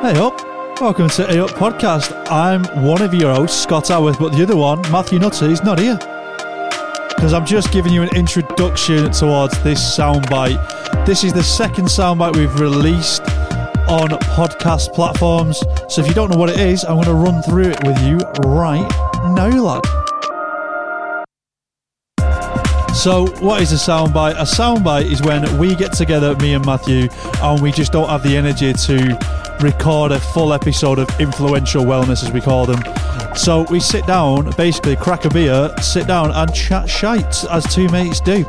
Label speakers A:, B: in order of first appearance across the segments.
A: Hey up, welcome to A Up Podcast. I'm one of your hosts, Scott Howarth, but the other one, Matthew Nutter, is not here. Because I'm just giving you an introduction towards this soundbite. This is the second soundbite we've released on podcast platforms. So if you don't know what it is, I'm going to run through it with you right now, lad. So, what is a soundbite? A soundbite is when we get together, me and Matthew, and we just don't have the energy to record a full episode of influential wellness, as we call them. So, we sit down, basically crack a beer, sit down and chat shite, as two mates do.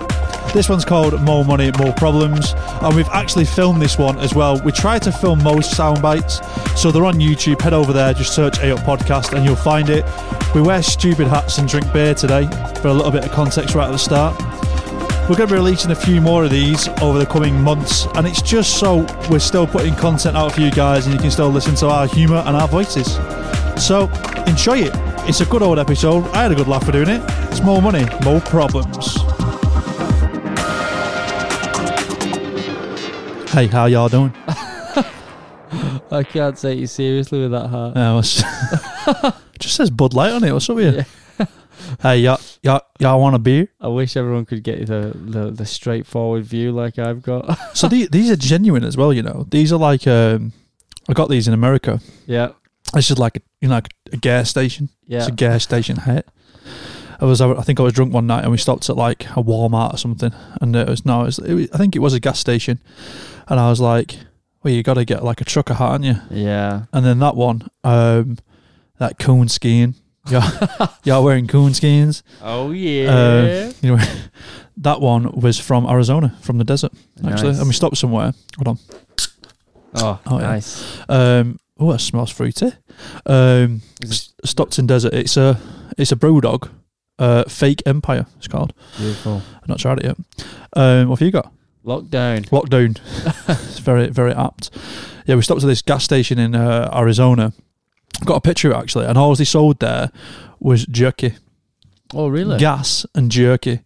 A: This one's called More Money, More Problems, and we've actually filmed this one as well. We try to film most soundbites, so they're on YouTube. Head over there, just search A Up Podcast, and you'll find it. We wear stupid hats and drink beer today for a little bit of context right at the start. We're going to be releasing a few more of these over the coming months, and it's just so we're still putting content out for you guys and you can still listen to our humour and our voices. So, enjoy it. It's a good old episode. I had a good laugh for doing it. It's more money, more problems. Hey, how y'all doing?
B: I can't take you seriously with that hat.
A: Uh, what's- just says Bud Light on it. What's up with you?
B: Yeah.
A: Hey, y'all, y'all, y'all want a beer?
B: I wish everyone could get the, the, the straightforward view like I've got.
A: So the, these are genuine as well, you know. These are like um, I got these in America.
B: yeah,
A: This is like a, you know, like a gas station.
B: yeah.
A: It's a gas station hat. I was I think I was drunk one night and we stopped at like a Walmart or something and it was no, it was, it was I think it was a gas station, and I was like, well, you got to get like a trucker hat, aren't you?
B: yeah.
A: And then that one, um, that coon skiing. Y'all, y'all wearing coon skins?
B: Oh
A: yeah. You know, that one was from Arizona, from the desert actually. And we stopped somewhere. Hold on.
B: oh,
A: Oh, yeah.
B: nice.
A: Um, oh, that smells fruity. Um, S- Stockton Desert. It's a it's a brew dog. Uh, fake Empire. It's called.
B: Beautiful.
A: I've not tried it yet. Um, what have you got?
B: Lockdown.
A: Lockdown. it's very very apt. Yeah, we stopped at this gas station in uh, Arizona. Got a picture of it actually, and all they sold there was jerky,
B: Oh, really?
A: gas and jerky.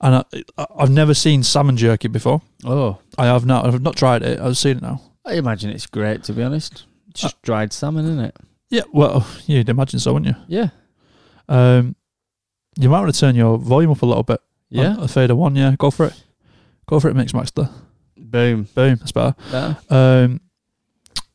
A: And I, I- I've never seen salmon jerky before.
B: Oh,
A: I have not. I've not tried it. I've seen it now.
B: I imagine it's great to be honest. It's
A: Uh,
B: just dried salmon, isn't it?
A: Yeah. Well, you'd imagine so, wouldn't you?
B: Yeah.
A: Um, you might want to turn your volume up a little bit.
B: Yeah.
A: On A fader one, yeah. Go for it. Go for it, Mix Master.
B: Boom.
A: Boom, that's better.
B: Better.
A: Um,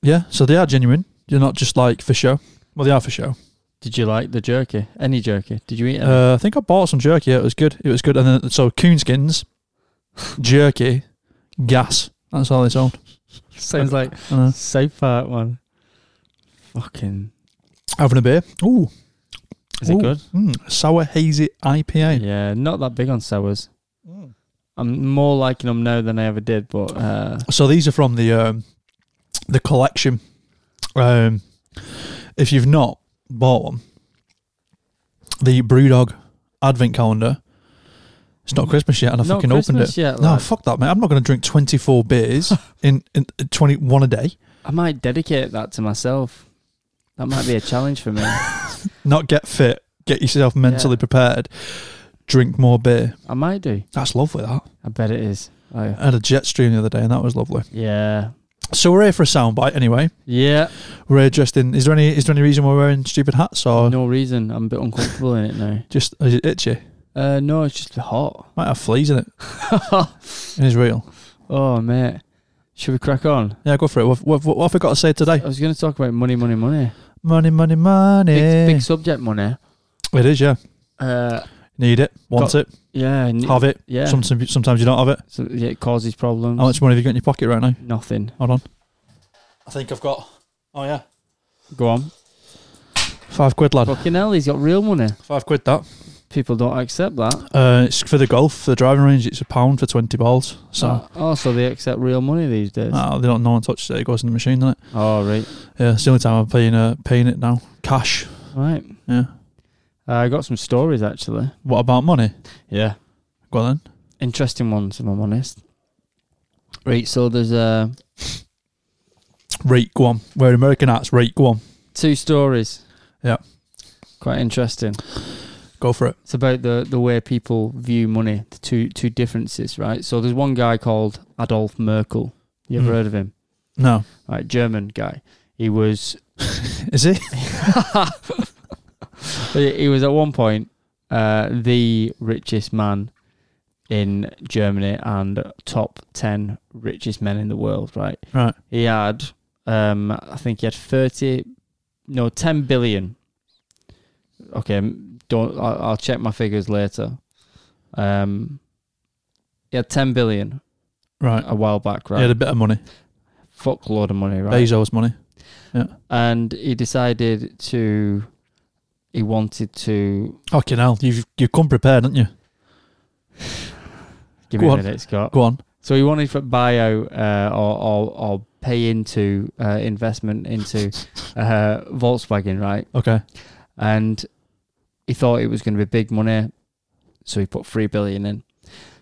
A: yeah, so they are genuine. You're not just like for show. Well, they are for show.
B: Did you like the jerky? Any jerky? Did you eat it?
A: Uh, I think I bought some jerky. It was good. It was good. And then so coonskins, jerky, gas. That's all they sold.
B: Sounds like
A: And, uh,
B: South Park one. Fucking.
A: having a beer. Ooh,
B: Is it
A: Ooh.
B: good?
A: mm, sour hazy IPA.
B: Yeah, not that big on sours.
A: Mm.
B: I'm more liking them now than I ever did, but uh,
A: So these are from the um, the collection. Um, if you've not bought one, the BrewDog Advent Calendar. It's not Christmas yet, and I
B: Mm. not
A: fucking opened
B: Christmas
A: it.
B: Yet,
A: No,
B: lad.
A: fuck that, mate. I'm not going to drink 24 beers in, in in 21 a day.
B: I might dedicate that to myself. That might be a challenge for me. I
A: Not get fit, get yourself mentally
B: Yeah.
A: prepared. Drink more beer.
B: might do.
A: That's lovely. That
B: I bet it is. Oh,
A: I had a jet stream the other day, and that was lovely.
B: yeah,
A: So we're here for a soundbite, anyway.
B: yeah.
A: We're here dressed in. Is there any is there any reason we're wearing stupid hats or
B: No reason. I'm a bit uncomfortable in it now.
A: just is it itchy?
B: Uh, no, it's just hot.
A: Might have fleas in it. in Israel.
B: Oh, mate. Should we crack on?
A: Yeah, go for it. What, what, what have we got to say today?
B: I was going to talk about money, money, money.
A: Money, money, money.
B: Big, big subject, money.
A: It is, yeah.
B: Uh,
A: Need it, want it,
B: yeah, and-
A: have it.
B: yeah.
A: Sometimes, sometimes you don't have it.
B: So, yeah, it causes problems.
A: How much money have you got in your pocket right now?
B: Nothing.
A: Hold on. I think I've got. Oh yeah,
B: Go on.
A: five quid, lad.
B: Fucking hell, he's got real money.
A: Five quid that.
B: People don't accept that.
A: Uh, it's for the golf, for the driving range. It's a pound for twenty balls. So
B: So, oh, so they accept real money these days.
A: Ah, they don't. No one touches it. It goes in the machine, doesn't it?
B: Oh, right.
A: Yeah, it's the only time I'm paying uh, paying it now. Cash.
B: Right.
A: Yeah.
B: Uh, I got some stories actually.
A: What about money?
B: Yeah.
A: Go on then.
B: Interesting ones, if I'm honest. Right. So there's uh,
A: Rate, go on. We're American hats. Rate, go on.
B: two stories.
A: Yeah.
B: Quite interesting.
A: Go for it.
B: It's about the, the way people view money, the two two differences, right? So there's one guy called Adolf Merkel. You ever
A: Mhm.
B: heard of him?
A: No.
B: Right, German guy. He was
A: Is it?
B: he he was at one point uh, the richest man in Germany and top ten richest men in the world. Right?
A: Right.
B: He had, um, I think he had thirty, no, ten billion. Okay, m- don't. I'll, I'll check my figures later. Um, he had ten billion
A: Right.
B: a while back,
A: He had a
B: right?
A: bit of money.
B: Fuck load of money, right?
A: Bezos money.
B: And he decided to, he wanted to
A: Fucking hell. You've, you've come prepared, haven't you?
B: give
A: Go
B: me a
A: on.
B: minute, Scott.
A: Go on.
B: So he wanted for bio uh, or, or or pay into uh, investment into uh, Volkswagen, right?
A: Okay.
B: And he thought it was going to be big money, so he put three billion in.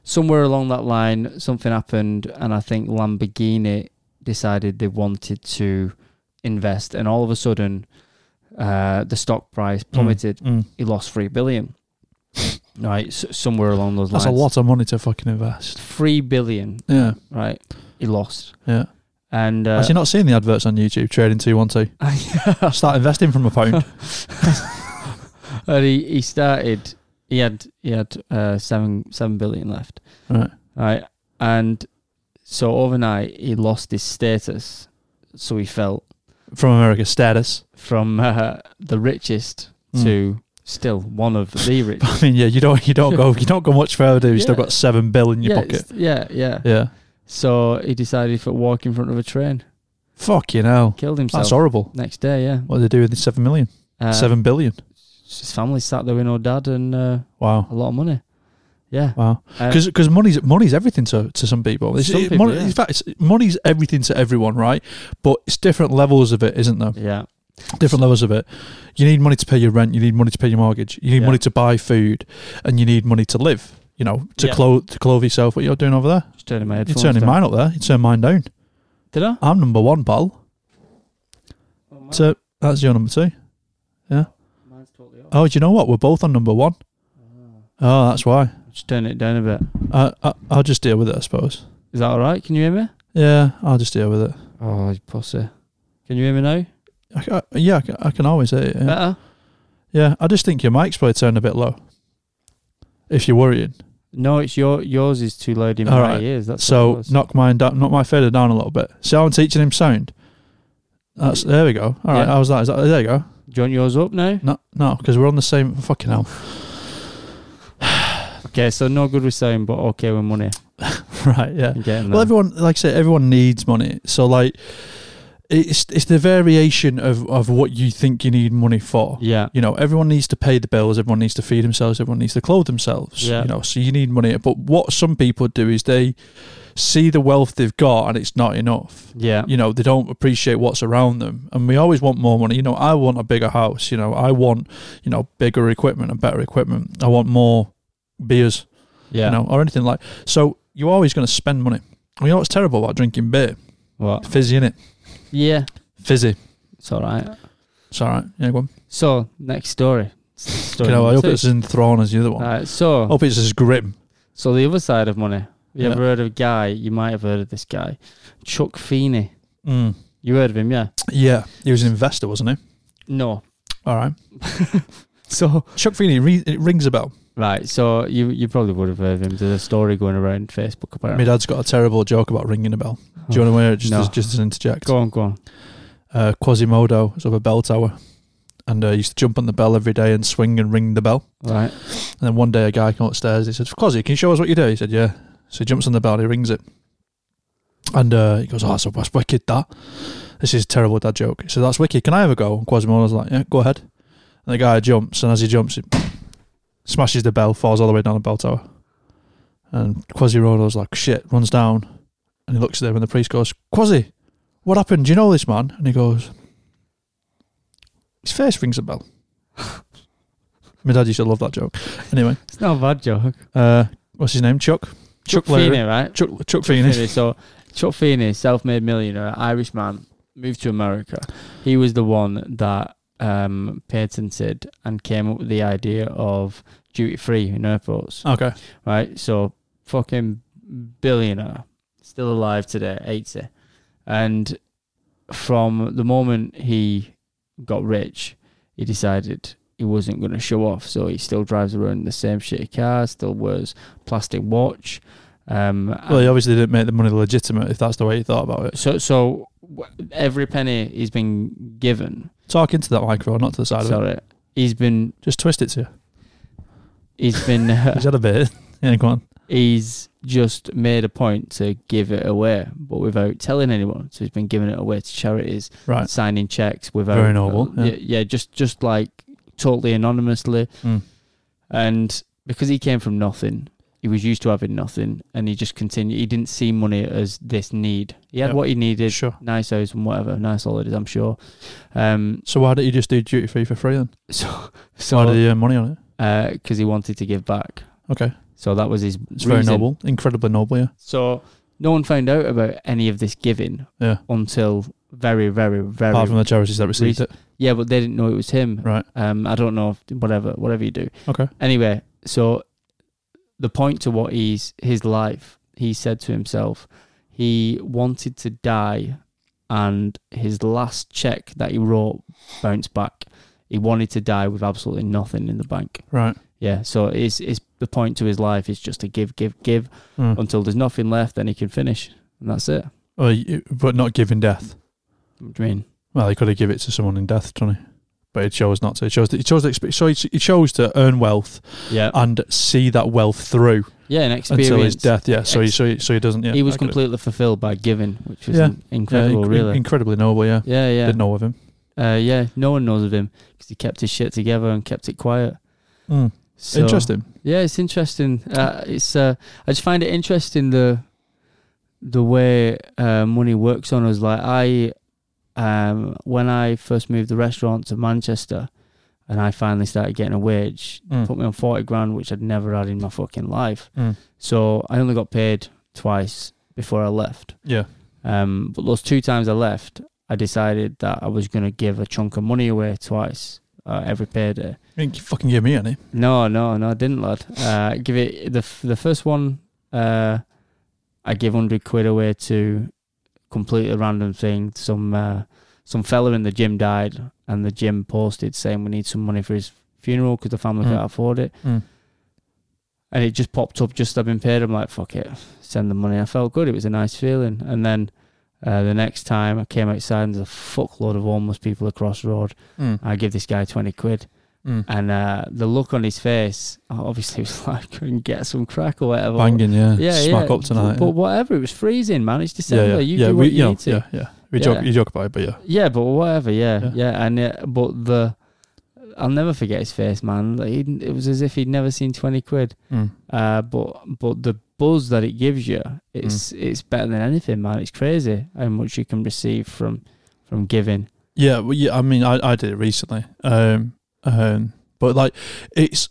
B: Somewhere along that line, something happened, and I think Lamborghini decided they wanted to invest, and all of a sudden, uh, the stock price plummeted.
A: Mm, mm.
B: He lost three billion. right, s- somewhere along those
A: That's a
B: lines.
A: lot of money to fucking invest.
B: Three billion,
A: Yeah.
B: right? He lost.
A: Yeah.
B: And uh,
A: Actually, not seeing the adverts on YouTube, trading 212. Start investing from a phone.
B: and he, he started. He had he had uh, seven seven billion left,
A: right.
B: right? And so overnight he lost his status, so he fell
A: From America, status.
B: from uh, the richest
A: Mm.
B: to still one of the richest.
A: I mean, yeah, you don't you don't go you don't go much further. You have still
B: Yeah.
A: got seven bill in your
B: yeah,
A: pocket.
B: it's- yeah, yeah,
A: Yeah.
B: So he decided to walk in front of a train,
A: Fucking hell.
B: killed himself.
A: That's horrible.
B: Next day, yeah.
A: What do they do with the seven million?
B: Uh,
A: seven billion.
B: His family sat there with no dad and uh,
A: Wow.
B: a lot of money. Yeah.
A: Wow.
B: Uh,
A: Because money's money's everything to, to some people. It's,
B: Some
A: it-
B: people,
A: money,
B: yeah.
A: In fact, it's, money's everything to everyone, right? But it's different levels of it, isn't there?
B: Uh, yeah.
A: Different levels of it. You need money to pay your rent. You need money to pay your mortgage. You need
B: Yeah.
A: money to buy food, and you need money to live. You know, to
B: Yeah.
A: clothe to clothe yourself. What you're doing over there?
B: Just turning my
A: You're
B: headphones.
A: turning
B: down.
A: mine up there. You turn mine down.
B: Did I?
A: I'm number one, pal. So that's your number two.
B: Mine's totally off.
A: Oh, do you know what? We're both on number one. Oh, that's why.
B: Just turn it down a bit.
A: I, I I'll just deal with it, I suppose.
B: Is that all right? Can you hear me?
A: Yeah, I'll just deal with it.
B: Oh, you pussy. Can you hear me now?
A: I, ca- yeah, I ca- I can always hear it. Yeah.
B: Better?
A: Yeah, I just think your mic's probably turned a bit low. If you're worrying,
B: No, it's your yours is too loud in
A: All
B: my
A: right.
B: ears. That's all it
A: so
B: was.
A: knock mine down, knock my fader down a little bit. See how I'm teaching him sound. That's there we go. All right,
B: Yeah.
A: how's that? Is that there you go?
B: Do you want yours up now?
A: No, no, because we're on the same fucking hell.
B: Okay, so no good with sound, but okay with money.
A: right, yeah.
B: I'm getting
A: Well,
B: there.
A: everyone, like I say, everyone needs money. So like, it's it's the variation of of what you think you need money for.
B: yeah.
A: you know everyone needs to pay the bills everyone needs to feed themselves everyone needs to clothe themselves
B: Yeah.
A: you know so you need money but what some people do is they see the wealth they've got and it's not enough
B: Yeah.
A: you know they don't appreciate what's around them and we always want more money you know i want a bigger house you know i want you know bigger equipment and better equipment i want more beers you
B: Yeah.
A: know or anything like so you're always going to spend money you know what's terrible about drinking beer
B: What?
A: fizzy in it
B: Yeah.
A: fizzy
B: It's all right.
A: it's all right yeah go on
B: So, next story. Story
A: you know i
B: number
A: hope
B: two.
A: it's as enthralling as the other one
B: All right, so,
A: i hope it's as grim
B: so the other side of money. You
A: Yeah.
B: ever heard of a guy? You might have heard of this guy, Chuck Feeney.
A: mm.
B: You heard of him, yeah?
A: Yeah, he was an investor, wasn't he?
B: No.
A: All right.
B: So
A: Chuck Feeney re- it rings a bell.
B: Right, so you you probably would have heard of him. There's a story going around Facebook about
A: My
B: him.
A: dad's got a terrible joke about ringing a bell. Do you want to hear it? Just,
B: No.
A: as, just as an interject.
B: Go on, go on.
A: Uh, Quasimodo was up a bell tower and uh, he used to jump on the bell every day and swing and ring the bell.
B: Right,
A: And then one day a guy came upstairs. He said, Quasi, can you show us what you do? He said, Yeah. So he jumps on the bell, he rings it. And uh, he goes, Oh, so that's wicked, that. This is a terrible dad joke. He said, That's wicked. Can I have a go? And Quasimodo's like, Yeah, go ahead. And the guy jumps, and as he jumps, he smashes the bell, falls all the way down the bell tower. And Quasimodo's like, Shit, runs down. And he looks at him, and the priest goes, Quasi, what happened? Do you know this man? And he goes, His face rings a bell. My dad used to love that joke. Anyway.
B: it's not a bad joke.
A: Uh, what's his name? Chuck.
B: Chuck,
A: Leary.
B: Feeney, right?
A: Chuck. Chuck Feeney.
B: Feeney, So Chuck Feeney, self-made millionaire, Irish man, moved to America. He was the one that um, patented and came up with the idea of duty free in airports.
A: Okay.
B: right? So fucking billionaire, still alive today, eighty, and from the moment he got rich, he decided he wasn't going to show off. So he still drives around in the same shitty car, still wears plastic watch. Um,
A: Well, he obviously didn't make the money legitimate if that's the way he thought about it.
B: so so w- every penny he's been given,
A: Talk into that microphone, not to the side of it.
B: sorry, he's been
A: Just twist it to you.
B: he's been
A: He's had a bit. Yeah, go on.
B: he's just made a point to give it away, but without telling anyone. So he's been giving it away to charities,
A: Right.
B: signing checks without
A: Very noble,
B: yeah.
A: yeah.
B: yeah, just just like totally anonymously.
A: Mm.
B: And because he came from nothing, he was used to having nothing, and he just continued. He didn't see money as this need. He had
A: Yeah.
B: what he needed,
A: Sure.
B: nice house and whatever, nice holidays, I'm sure. Um,
A: So why did he just do duty free for free then?
B: so
A: why did
B: so
A: he earn money on it?
B: because uh, he wanted to give back.
A: Okay.
B: So that was his.
A: It's very
B: reason.
A: noble. Incredibly noble, yeah.
B: So no one found out about any of this giving
A: Yeah.
B: until very, very, very.
A: Apart from the charities that received it.
B: yeah, but they didn't know it was him.
A: Right.
B: Um, I don't know. If, whatever, whatever you do.
A: Okay.
B: Anyway, so the point to what he's his life, he said to himself, he wanted to die, and his last check that he wrote bounced back. He wanted to die with absolutely nothing in the bank.
A: Right.
B: Yeah, so it's, it's the point to his life is just to give, give, give
A: Mm.
B: until there's nothing left, then he can finish, and that's it.
A: Well, you- but not giving death.
B: What do you mean?
A: Well, he could have given it to someone in death, couldn't he? But he chose not to. He chose to, he chose to, exp- so he, he chose to earn wealth
B: Yeah,
A: and see that wealth through
B: Uh, yeah, an
A: until his
B: experience.
A: death. Yeah. So he so he, so he doesn't. Yeah.
B: he was
A: I could-
B: completely fulfilled by giving, which was
A: Yeah.
B: in-
A: yeah,
B: incredible,
A: inc-
B: really.
A: incredibly noble. Yeah.
B: yeah, yeah.
A: Didn't know of him.
B: Uh, yeah, no one knows of him because he kept his shit together and kept it quiet.
A: Mm.
B: So,
A: Interesting.
B: Yeah, it's interesting. Uh, it's uh, I just find it interesting the the way uh, money works on us. Like I, um, when I first moved the restaurant to Manchester, and I finally started getting a wage,
A: Mm.
B: put me on forty grand, which I'd never had in my fucking life.
A: Mm.
B: So I only got paid twice before I left.
A: Yeah.
B: Um, but those two times I left, I decided that I was going to give a chunk of money away twice uh, every payday.
A: You didn't fucking give me any.
B: No, no, no, I didn't, lad. Uh, give it the f- the first one. Uh, I give hundred quid away to completely random thing. Some uh, some fella in the gym died, and the gym posted saying we need some money for his funeral because the family
A: Mm.
B: can't afford it.
A: Mm.
B: And it just popped up just as I've been paid. I'm like, fuck it, send the money. I felt good. It was a nice feeling. And then uh, the next time I came outside, and there's a fuckload of homeless people across the road.
A: Mm.
B: I give this guy twenty quid.
A: Mm.
B: And uh, the look on his face, obviously, was like, couldn't get some crack or whatever.
A: Banging. Yeah.
B: yeah,
A: Smack
B: yeah.
A: up tonight.
B: But whatever, it was freezing, man. It's
A: yeah.
B: December.
A: Yeah.
B: You
A: yeah.
B: do
A: we,
B: what you,
A: know,
B: need to. Yeah,
A: Yeah. Yeah. We joke.
B: Yeah.
A: You joke about it, but yeah.
B: but whatever, yeah,
A: Yeah.
B: yeah. And uh, but the, I'll never forget his face, man. Like, he- it was as if he'd never seen twenty quid.
A: Mm.
B: Uh, but but the buzz that it gives you, it's
A: Mm.
B: it's better than anything, man. It's crazy how much you can receive from from giving.
A: Yeah, well, yeah. I mean, I, I did it recently, um, um, but like, it's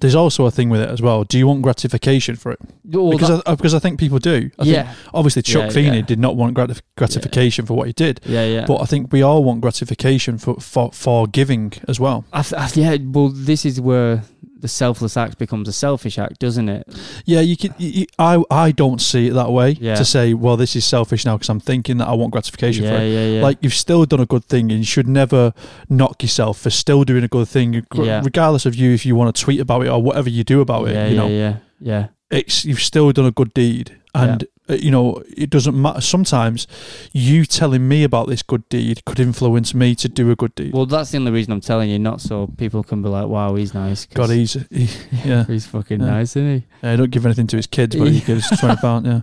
A: there's also a thing with it as well. Do you want gratification for it?
B: Oh,
A: because
B: that-
A: I, uh, because I think people do. I think
B: yeah,
A: obviously Chuck
B: Yeah,
A: Feeney
B: yeah.
A: did not want gratif- gratification for what he did,
B: yeah, yeah.
A: but I think we all want gratification for for, for giving as well.
B: I th- I th- yeah, well, this is where the selfless act becomes a selfish act, doesn't it?
A: Yeah, you can. You, you- I I don't see it that way
B: Yeah.
A: to say, well, this is selfish now because I'm thinking that I want gratification for
B: Yeah,
A: it.
B: yeah, yeah.
A: Like you've still done a good thing, and you should never knock yourself for still doing a good thing, gr-
B: Yeah.
A: regardless of you if you want to tweet about it or whatever you do about it.
B: yeah,
A: you
B: yeah,
A: know,
B: yeah, yeah,
A: it's you've still done a good deed, and uh, you know it doesn't matter. Sometimes you telling me about this good deed could influence me to do a good deed.
B: Well, that's the only reason I'm telling you, not so people can be like, "Wow, he's nice." 'cause
A: God, he's he, yeah.
B: he's fucking
A: Yeah.
B: nice, isn't he?
A: yeah, he don't give anything to his kids, but he
B: Yeah.
A: gives twenty pound. Yeah,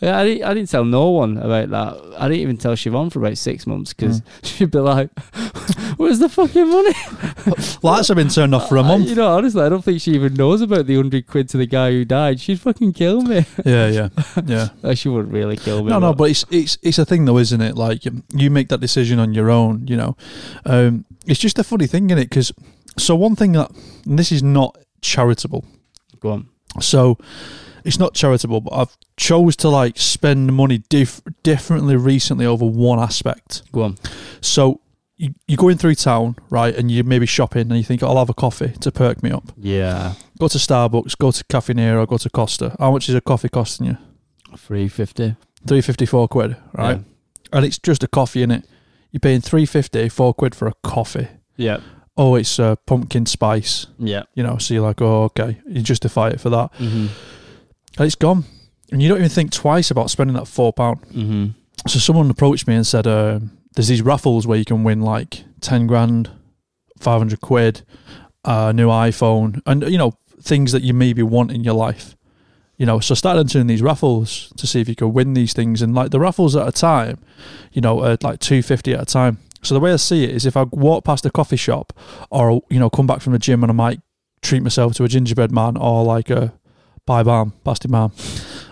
B: Yeah, I didn't. I didn't tell no one about that. I didn't even tell Siobhan for about six months because
A: Hmm.
B: she'd be like, "Where's the fucking money?"
A: lights have been turned off for a month.
B: You know, honestly, I don't think she even knows about the hundred quid to the guy who died. She'd fucking kill me.
A: Yeah, yeah, yeah.
B: Oh, she wouldn't really kill me.
A: No, no, but it's it's it's a thing though, isn't it? Like um, you make that decision on your own. You know, um, it's just a funny thing in it because so one thing that and this is not charitable.
B: go on.
A: So it's not charitable, but I've chose to like spend money dif- differently recently over one aspect.
B: Go on.
A: So you, you're going through town, right, and you're maybe shopping, and you think I'll have a coffee to perk me up.
B: Yeah,
A: Go to Starbucks, go to Cafe Nero, go to Costa. How much is a coffee costing you?
B: three fifty.
A: Three fifty four quid, right? and it's just a coffee in it. You're paying three fifty, four quid for a coffee.
B: Yeah.
A: Oh, it's uh, pumpkin spice.
B: Yeah.
A: You know, so you're like, oh, okay, you justify it for that,
B: Mm-hmm.
A: and it's gone, and you don't even think twice about spending that four pound.
B: Mm-hmm.
A: So someone approached me and said, uh, "There's these raffles where you can win like ten grand, five hundred quid, a new iPhone, and you know things that you maybe want in your life." You know, so I started entering these raffles to see if you could win these things, and like the raffles at a time, you know, uh, like two fifty at a time. So the way I see it is, if I walk past a coffee shop, or you know, come back from the gym, and I might treat myself to a gingerbread man or like a pie barm, pasty barm,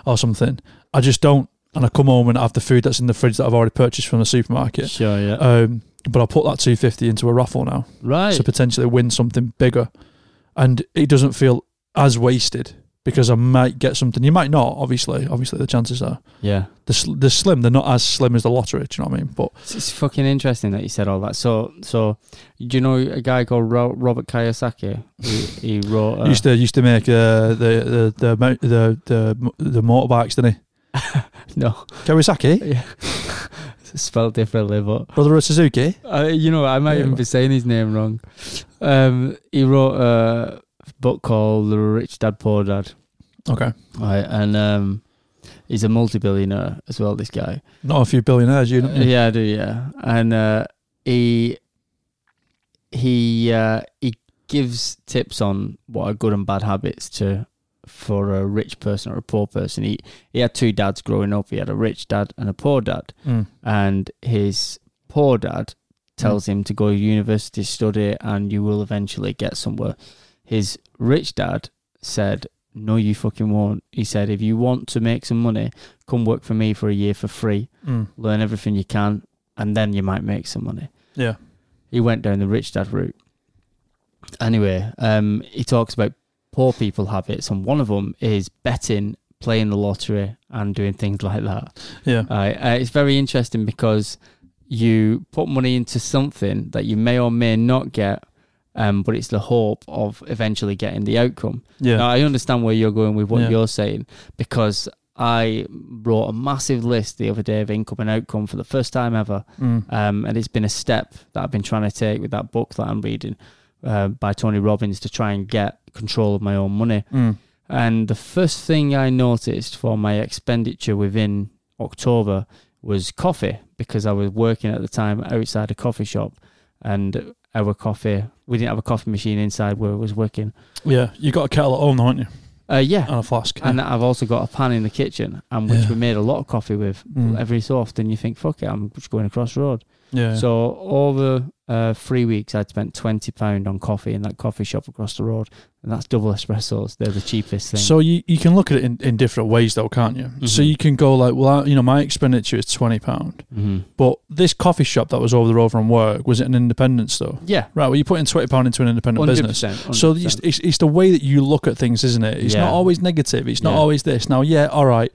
A: or something. I just don't and I come home and have the food that's in the fridge that I've already purchased from the supermarket.
B: Sure. Yeah. Oh,
A: Um, but I'll put that 250 into a raffle now
B: right.
A: to potentially win something bigger. And it doesn't feel as wasted because I might get something. You might not, obviously. Obviously, the chances are.
B: yeah.
A: They're, sl- they're slim. They're not as slim as the lottery. Do you know what I mean? But
B: It's, it's fucking interesting that you said all that. So, so do you know a guy called Ro- Robert Kiyosaki? He, he wrote.
A: he
B: Uh,
A: used to used to make uh, the, the, the, mo- the, the, the motorbikes, didn't he?
B: no,
A: Kawasaki,
B: yeah, it's spelled differently, but
A: brother of Suzuki.
B: uh, you know, I might
A: Yeah,
B: even
A: well.
B: be saying his name wrong. Um, he wrote a book called The Rich Dad Poor Dad,
A: Okay.
B: right? And um, he's a multi-billionaire as well. This guy,
A: Not a few billionaires, you know.
B: Uh, yeah, I do. Yeah, and uh, he he uh, he gives tips on what are good and bad habits to for a rich person or a poor person. He he had two dads growing up. He had a rich dad and a poor dad,
A: Mm.
B: and his poor dad tells him to go to university, study, and you will eventually get somewhere. His rich dad said. No, you fucking won't. He said, if you want to make some money, come work for me for a year for free
A: Mm.
B: learn everything you can, and then you might make some money.
A: Yeah.
B: He went down the rich dad route. Anyway, um, he talks about poor people habits, and one of them is betting, playing the lottery, and doing things like that.
A: Yeah.
B: Right, uh, it's very interesting because you put money into something that you may or may not get, um, but it's the hope of eventually getting the outcome.
A: Yeah.
B: Now, I understand where you're going with what
A: Yeah.
B: you're saying because I wrote a massive list the other day of income and outcome for the first time ever.
A: Mm.
B: Um, and it's been a step that I've been trying to take with that book that I'm reading uh, by Tony Robbins to try and get control of my own money.
A: Mm.
B: And the first thing I noticed for my expenditure within October was coffee because I was working at the time outside a coffee shop and our coffee, we didn't have a coffee machine inside where I was working.
A: Yeah. You got a kettle at home, though, haven't you?
B: Uh, yeah.
A: And a flask.
B: And I've also got a pan in the kitchen, and which
A: Yeah.
B: we made a lot of coffee with.
A: Mm.
B: Every so often, you think, "Fuck it, I'm just going across the road."
A: yeah.
B: So over uh, three weeks, I'd spent twenty pound on coffee in that coffee shop across the road, and that's double espressos. They're the cheapest thing.
A: So you, you can look at it in, in different ways though, can't you? So
B: Mhm.
A: you can go like, well, I, you know, my expenditure is twenty pound,
B: Mhm.
A: but this coffee shop that was over the road from work was it an independent store?
B: yeah,
A: Right. Well, you're putting twenty pound into an independent
B: hundred
A: business.
B: percent.
A: So it's, it's, it's the way that you look at things, isn't it? It's
B: Yeah.
A: not always negative. It's not
B: Yeah.
A: always this. Now, yeah, all right.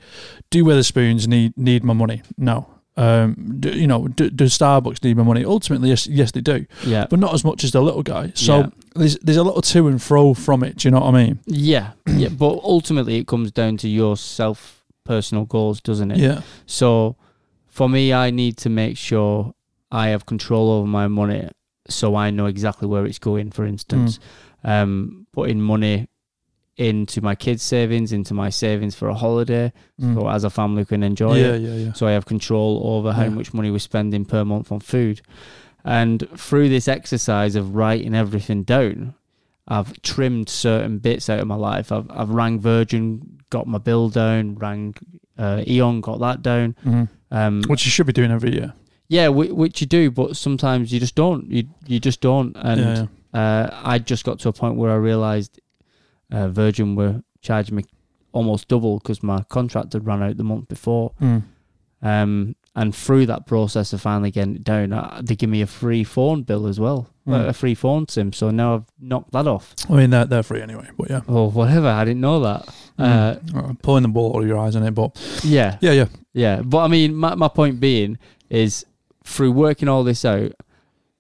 A: Do Witherspoons need need my money? No. Um, do, you know, do, does Starbucks need my money? Ultimately, yes, yes, they do,
B: yeah,
A: but not as much as the little guy. So
B: Yeah.
A: there's there's a little to and fro from it. Do you know what I mean?
B: yeah, yeah. But ultimately, it comes down to your self personal goals, doesn't it?
A: Yeah.
B: So for me, I need to make sure I have control over my money so I know exactly where it's going, for instance.
A: Hmm.
B: Um, putting money into my kids' savings, into my savings for a holiday,
A: Mm.
B: so as a family we can enjoy
A: yeah,
B: it.
A: yeah, yeah.
B: So I have control over how
A: Yeah.
B: much money we're spending per month on food. And through this exercise of writing everything down, I've trimmed certain bits out of my life. I've, I've rang Virgin, got my bill down, rang uh, Eon, got that down.
A: Mhm.
B: Um,
A: Which you should be doing every year.
B: yeah, which, which you do, but sometimes you just don't. You you just don't. And
A: yeah,
B: Uh, I just got to a point where I realised uh, Virgin were charging me almost double because my contract had run out the month before.
A: yeah. Mm.
B: Um, and through that process of finally getting it down, uh, they give me a free phone bill as well, like
A: Mm.
B: a free phone sim. So now I've knocked that off.
A: I mean, they're, they're free anyway, but yeah.
B: Or Oh, whatever. I didn't know that. Uh,
A: Mm. Uh, pulling the ball out of your eyes in it, but
B: yeah.
A: yeah, yeah.
B: Yeah, but I mean, my, my point being is through working all this out,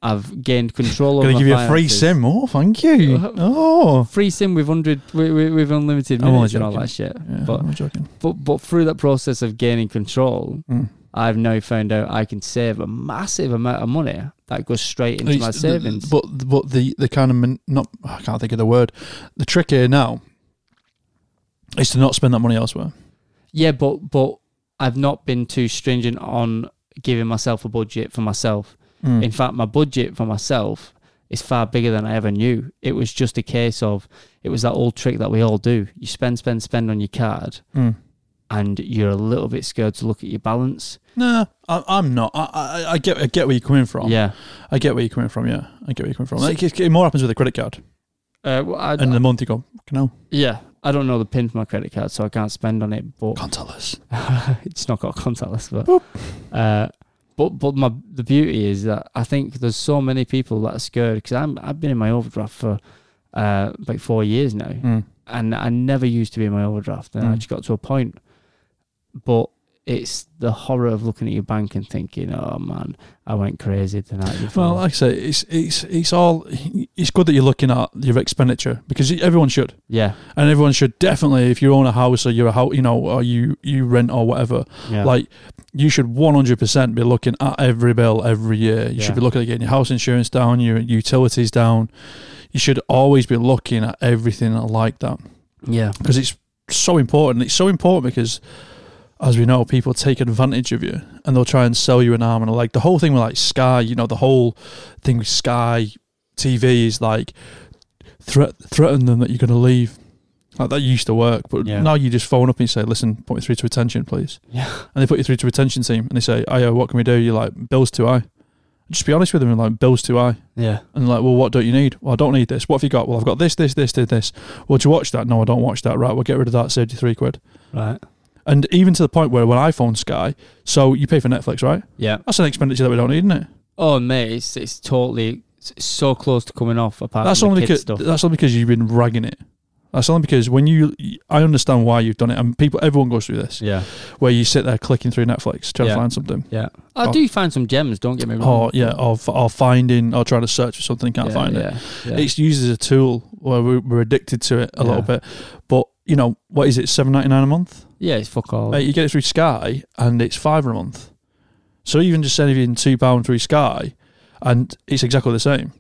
B: I've gained control over.
A: Gonna
B: my
A: give you a free
B: finances.
A: sim. Oh, thank you.
B: Uh,
A: Oh,
B: Free sim with hundred with, with, with unlimited
A: I'm only
B: minutes and all
A: joking.
B: that shit.
A: yeah,
B: But
A: I'm joking.
B: but but through that process of gaining control,
A: Mm.
B: I've now found out I can save a massive amount of money that goes straight into my
A: It's-
B: savings.
A: But but the the kind of min- not I can't think of the word. The trick here now is to not spend that money elsewhere.
B: yeah, but but I've not been too stringent on giving myself a budget for myself.
A: Mm.
B: In fact, my budget for myself is far bigger than I ever knew. It was just a case of it was that old trick that we all do. You spend, spend, spend on your card,
A: Mm.
B: and you're a little bit scared to look at your balance.
A: Nah, I, I'm not. I, I I get I get where you're coming from.
B: Yeah.
A: I get where you're coming from. Yeah, I get where you're coming from. Like, it, it more happens with a credit card,
B: Uh, well, I,
A: and the month you go, fucking hell,
B: yeah, I don't know the pin for my credit card, so I can't spend on it. But
A: can't tell us.
B: it's not got contactless, but uh, but but my the beauty is that I think there's so many people that are scared because I'm I've been in my overdraft for uh, about four years now,
A: Mm.
B: and I never used to be in my overdraft, and I
A: Mm.
B: just got to a point. But it's the horror of looking at your bank and thinking, "Oh man, I went crazy tonight." before."
A: Well, like I say, it's it's it's all. It's good that you're looking at your expenditure because everyone should.
B: yeah,
A: and everyone should definitely if you own a house or you're a house you know or you you rent or whatever
B: yeah,
A: like you should 100% be looking at every bill every year you should
B: Yeah.
A: be looking at getting your house insurance down your utilities down you should always be looking at everything like that
B: yeah,
A: because it's so important it's so important because as we know people take advantage of you and they'll try and sell you an arm and a leg the whole thing with like sky you know the whole thing with sky tv is like threat, threaten them that you're going to leave like that used to work but
B: Yeah.
A: now you just phone up and you say listen put me through to attention please
B: yeah,
A: and they put you through to attention team and they say oh yeah what can we do you're like bills too high just be honest with them and like bills too high
B: yeah,
A: and like, well, what don't you need? Well, I don't need this. What have you got? Well, I've got this, this, this, this, this. Well, do you watch that? No, I don't watch that. Right, we'll get rid of that. Save you three quid.
B: right,
A: And even to the point where when I phone Sky, so you pay for Netflix, right?
B: yeah.
A: That's an expenditure that we don't need, isn't it?
B: Oh mate, it's it's totally it's so close to coming off. Apart
A: that's
B: from
A: only
B: the kids
A: because
B: stuff.
A: that's only because you've been ragging it. That's only because when you, I understand why you've done it, and people, everyone goes through this,
B: Yeah,
A: where you sit there clicking through Netflix trying
B: Yeah.
A: to find something,
B: yeah. I
A: Oh.
B: do find some gems. Don't get me wrong.
A: or yeah, or, f- or finding, or trying to search for something can't find it.
B: Yeah.
A: It's used as a tool where we- we're addicted to it a
B: Yeah.
A: little bit, but you know what is it? Seven ninety nine a month.
B: yeah, it's fuck all.
A: Mate, you get it through Sky and it's five a month. So even just saving two pound through Sky, and it's exactly the same.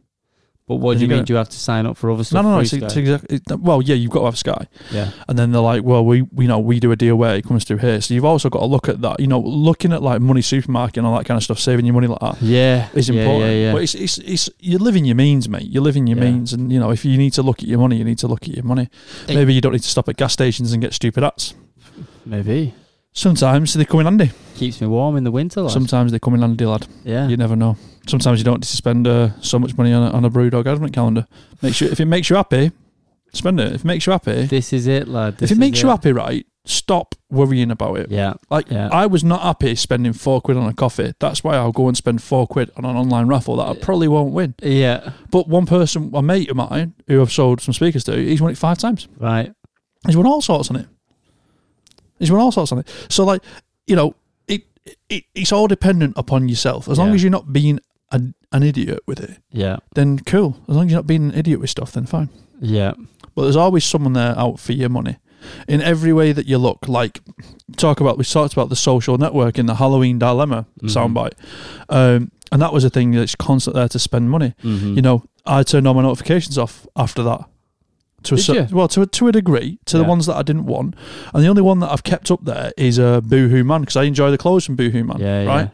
B: But what do you
A: you
B: mean?
A: go-
B: Do you have to sign up for other
A: no,
B: stuff?
A: no, no.
B: free
A: It's, it's
B: stuff?
A: exactly. It, well, yeah, you've got to have Sky,
B: yeah,
A: and then they're like, well, we, we know we do a deal where it comes through here. So you've also got to look at that. You know, looking at like money supermarket and all that kind of stuff, saving your money like that
B: yeah.
A: is
B: yeah,
A: important.
B: Yeah, yeah.
A: But it's it's it's you're living your means, mate. You're living your
B: Yeah.
A: means, and you know if you need to look at your money, you need to look at your money.
B: Hey.
A: Maybe you don't need to stop at gas stations and get stupid hats.
B: Maybe
A: Sometimes they come in handy.
B: keeps me warm in the winter. Like.
A: Sometimes they come in handy, lad.
B: yeah,
A: You never know. Sometimes you don't need to spend uh, so much money on a, on a BrewDog advent calendar. Make sure if it makes you happy, spend it. If it makes you happy,
B: this is it, lad.
A: if
B: This
A: it
B: is
A: makes you happy, right? Stop worrying about it.
B: Yeah,
A: Like
B: yeah.
A: I was not happy spending four quid on a coffee. That's why I'll go and spend four quid on an online raffle that I
B: Yeah.
A: probably won't win.
B: yeah.
A: But one person, a mate of mine, who I've sold some speakers to, he's won it five times.
B: Right.
A: He's won all sorts on it. He's won all sorts on it. So like, you know, it, it it's all dependent upon yourself. As long
B: Yeah.
A: as you're not being a, an idiot with it,
B: Yeah.
A: then cool. As long as you're not being an idiot with stuff, then fine.
B: Yeah.
A: But there's always someone there out for your money in every way that you look. Like talk about we talked about the social network in the Halloween dilemma
B: Mhm.
A: soundbite, um, and that was a thing that's constant there to spend money.
B: Mm-hmm.
A: You know, I turned all my notifications off after that. To a
B: Did
A: cer-
B: you?
A: well, to a, to a degree, to
B: Yeah.
A: the ones that I didn't want, and the only one that I've kept up there is uh, Boohoo Man because I enjoy the clothes from Boohoo Man,
B: Yeah, yeah.
A: right?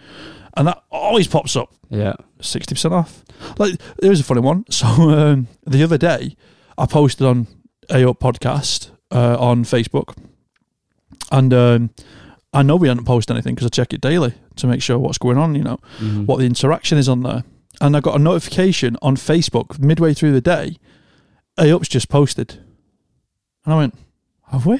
A: And that always pops up
B: Yeah.
A: sixty percent off. Like there was a funny one. So um, the other day, I posted on a up podcast uh, on Facebook, and um, I know we hadn't posted anything because I check it daily to make sure what's going on. You know
B: Mhm.
A: what the interaction is on there, and I got a notification on Facebook midway through the day. A up's just posted, and I went, "Have we?"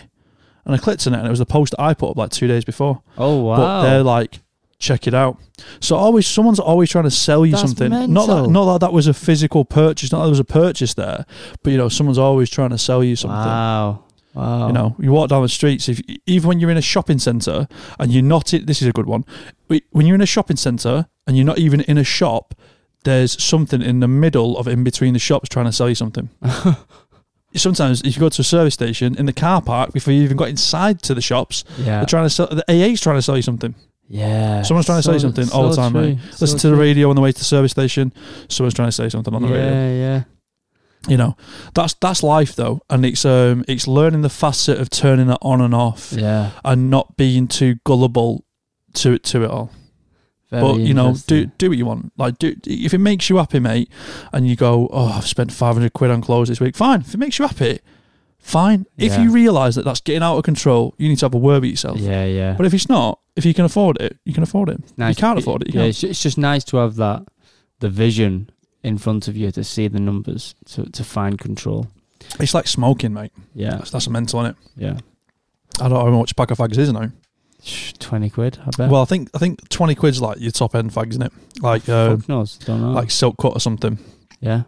A: And I clicked on it, and it was the post that I put up like two days before.
B: Oh
A: But they're
B: wow.
A: like, check it out. So always someone's always trying to sell you
B: That's
A: something. Not that
B: mental.
A: not that that was a physical purchase, not that there was a purchase there, but you know someone's always trying to sell you something.
B: Wow. Wow.
A: You know, you walk down the streets. If even when you're in a shopping centre and you're not, in, this is a good one. We- When you're in a shopping centre and you're not even in a shop, there's something in the middle of in between the shops trying to sell you something. Sometimes if you go to a service station in the car park before you even got inside to the shops,
B: Yeah.
A: they're trying to sell. The AA's trying to sell you something.
B: Yeah.
A: Someone's trying to say something all the time, mate.
B: true,
A: Listen
B: so
A: to the
B: true.
A: radio on the way to the service station. Someone's trying to say something on the radio.
B: Yeah, yeah.
A: You know, that's that's life though, and it's um it's learning the facet of turning it on and off
B: Yeah.
A: and not being too gullible to it to it all.
B: Very
A: but you know, do
B: interesting.
A: do what you want. Like, do if it makes you happy, mate, and you go, oh, I've spent five hundred quid on clothes this week. Fine, if it makes you happy, fine. If
B: Yeah.
A: you realise that that's getting out of control, you need to have a word with yourself.
B: Yeah, yeah.
A: But if it's not, if you can afford it, you can afford it.
B: nice.
A: can't afford it, you
B: yeah,
A: can't.
B: it's, it's just nice to have that the vision in front of you to see the numbers to to find control.
A: It's like smoking, mate.
B: Yeah,
A: That's, that's mental, is it?
B: yeah.
A: I don't know how much a pack of fags is now.
B: Shh, Twenty quid, I bet.
A: Well, I think I think twenty quid's like your top end fags, isn't it? Like uh,
B: Fuck knows, don't know.
A: like silk cut or something.
B: yeah,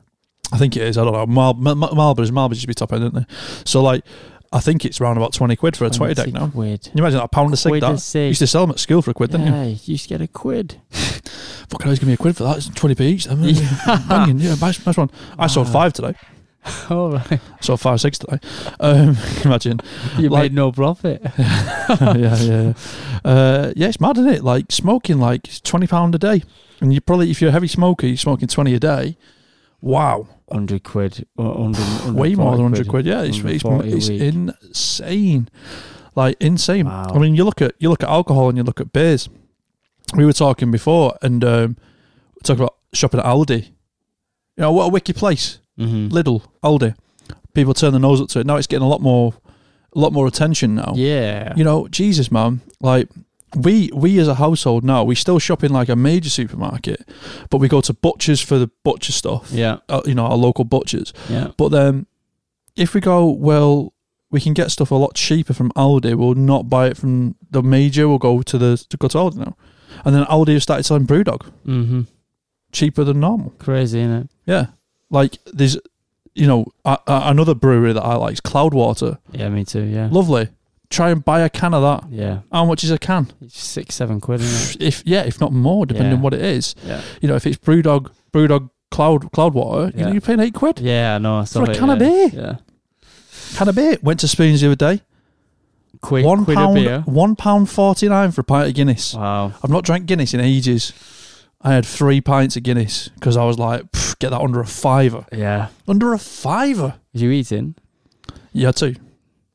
A: I think it is. I don't know. Marl- Mar- Mar- Marlboro's Marlboro's should be top end, isn't they? So like, I think it's round about twenty quid for a twenty deck now.
B: Quid.
A: Can you imagine that a pound a cig?
B: Quid a
A: That You
B: cig.
A: used to sell them at school for a quid, didn't you?
B: yeah, you used to get a quid.
A: Fucking hell, give me a quid for that. It's 20p each. then, isn't it? Banging, yeah, nice, nice one. I sold
B: Wow.
A: five today.
B: All right,
A: I sold five, six today. Um, imagine.
B: you
A: Like-
B: made no profit.
A: yeah, yeah, yeah. Uh, yeah, it's mad, isn't it? Like smoking, like it's £20 a day. And you probably, if you're a heavy smoker, you're smoking 20 a day. Wow.
B: Hundred quid, or 100,
A: Way more than 100
B: 140
A: quid. Yeah, it's, it's,
B: 140 a
A: it's
B: week.
A: insane. Like insane.
B: Wow.
A: I mean, you look at you look at alcohol and you look at beers. We were talking before and um, we talked about shopping at Aldi. You know what a wicked place,
B: Mhm.
A: Lidl, Aldi. People turn their nose up to it. Now it's getting a lot more, a lot more attention now.
B: Yeah,
A: You know, Jesus, man. Like we we as a household now, we still shop in like a major supermarket, but we go to butchers for the butcher stuff.
B: yeah,
A: Uh, you know, our local butchers.
B: yeah.
A: But then, if we go, well, we can get stuff a lot cheaper from Aldi. We'll not buy it from the major. We'll go to the to go to Aldi now. And then Aldi have started selling BrewDog
B: Mm-hmm.
A: cheaper than normal.
B: Crazy, innit?
A: Yeah, like there's, you know, a, a, another brewery that I like is Cloudwater.
B: Yeah, me too. Yeah,
A: Lovely. Try and buy a can of that.
B: yeah.
A: How much is a can?
B: It's six, seven quid, isn't
A: If yeah, if not more, depending
B: Yeah.
A: on what it is.
B: it? Yeah,
A: You know, if it's BrewDog, BrewDog Cloud Cloudwater, you know,
B: Yeah.
A: you're paying eight quid
B: yeah. I know. I saw
A: for a
B: it,
A: can of
B: yeah.
A: beer.
B: Yeah,
A: Can of beer. Went to Spoons the other day.
B: quid,
A: One
B: quid
A: pound,
B: a beer.
A: one pound forty nine for a pint of Guinness.
B: Wow.
A: I've not drank Guinness in ages. I had three pints of Guinness because I was like, "Pff, get that under a fiver.
B: Yeah.
A: Under a fiver.
B: Was you eating?
A: Yeah, two.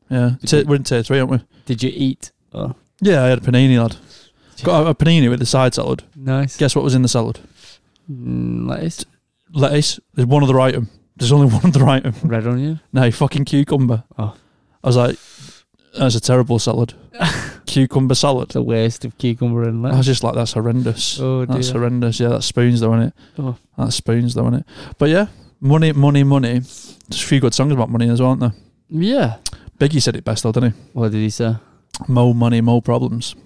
A: Yeah,
B: Did
A: Tier-
B: you-
A: we're in tier three, aren't we?
B: Did you eat? Oh,
A: Yeah, I had a panini, lad. Got a, a panini with the side salad.
B: nice.
A: Guess what was in the salad?
B: Mm, lettuce,
A: Lettuce. There's one other item. There's only one other item.
B: red onion.
A: No, fucking cucumber.
B: Oh.
A: I was like, that's a terrible salad. cucumber salad.
B: It's a waste of cucumber and
A: I
B: lettuce.
A: was just like, that's horrendous.
B: Oh dear.
A: That's horrendous. Yeah, that's spoons though, isn't it?
B: Oh.
A: That's spoons though, isn't it? But yeah, money, money, money. There's a few good songs about money as well, aren't there?
B: yeah.
A: Biggie said it best though, didn't
B: What did he say?
A: he? Mo money, mo problems.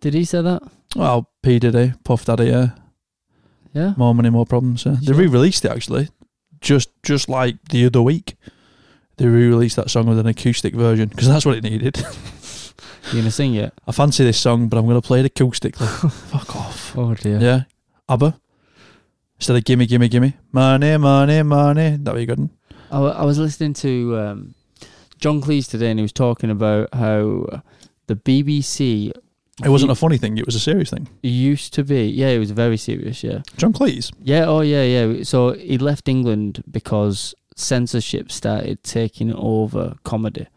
B: Did he say that?
A: Well, P Diddy, Puff Daddy, yeah.
B: Yeah.
A: More money, more problems. Yeah. They
B: Yeah.
A: re-released it actually, just just like the other week. They re-released that song with an acoustic version because that's what it needed.
B: You gonna sing it?
A: I fancy this song, but I'm gonna play it acoustically. Fuck off.
B: Oh dear.
A: Yeah. ABBA. Instead of gimme, gimme, gimme. Money, money, money. That'd be a good. one.
B: I, wa- I was listening to um, John Cleese today, and he was talking about how the BBC
A: It wasn't a funny thing. It was a serious thing.
B: used to be. Yeah, it was very serious. Yeah.
A: John Cleese.
B: Yeah, oh yeah, yeah. So he left England because censorship started taking over comedy.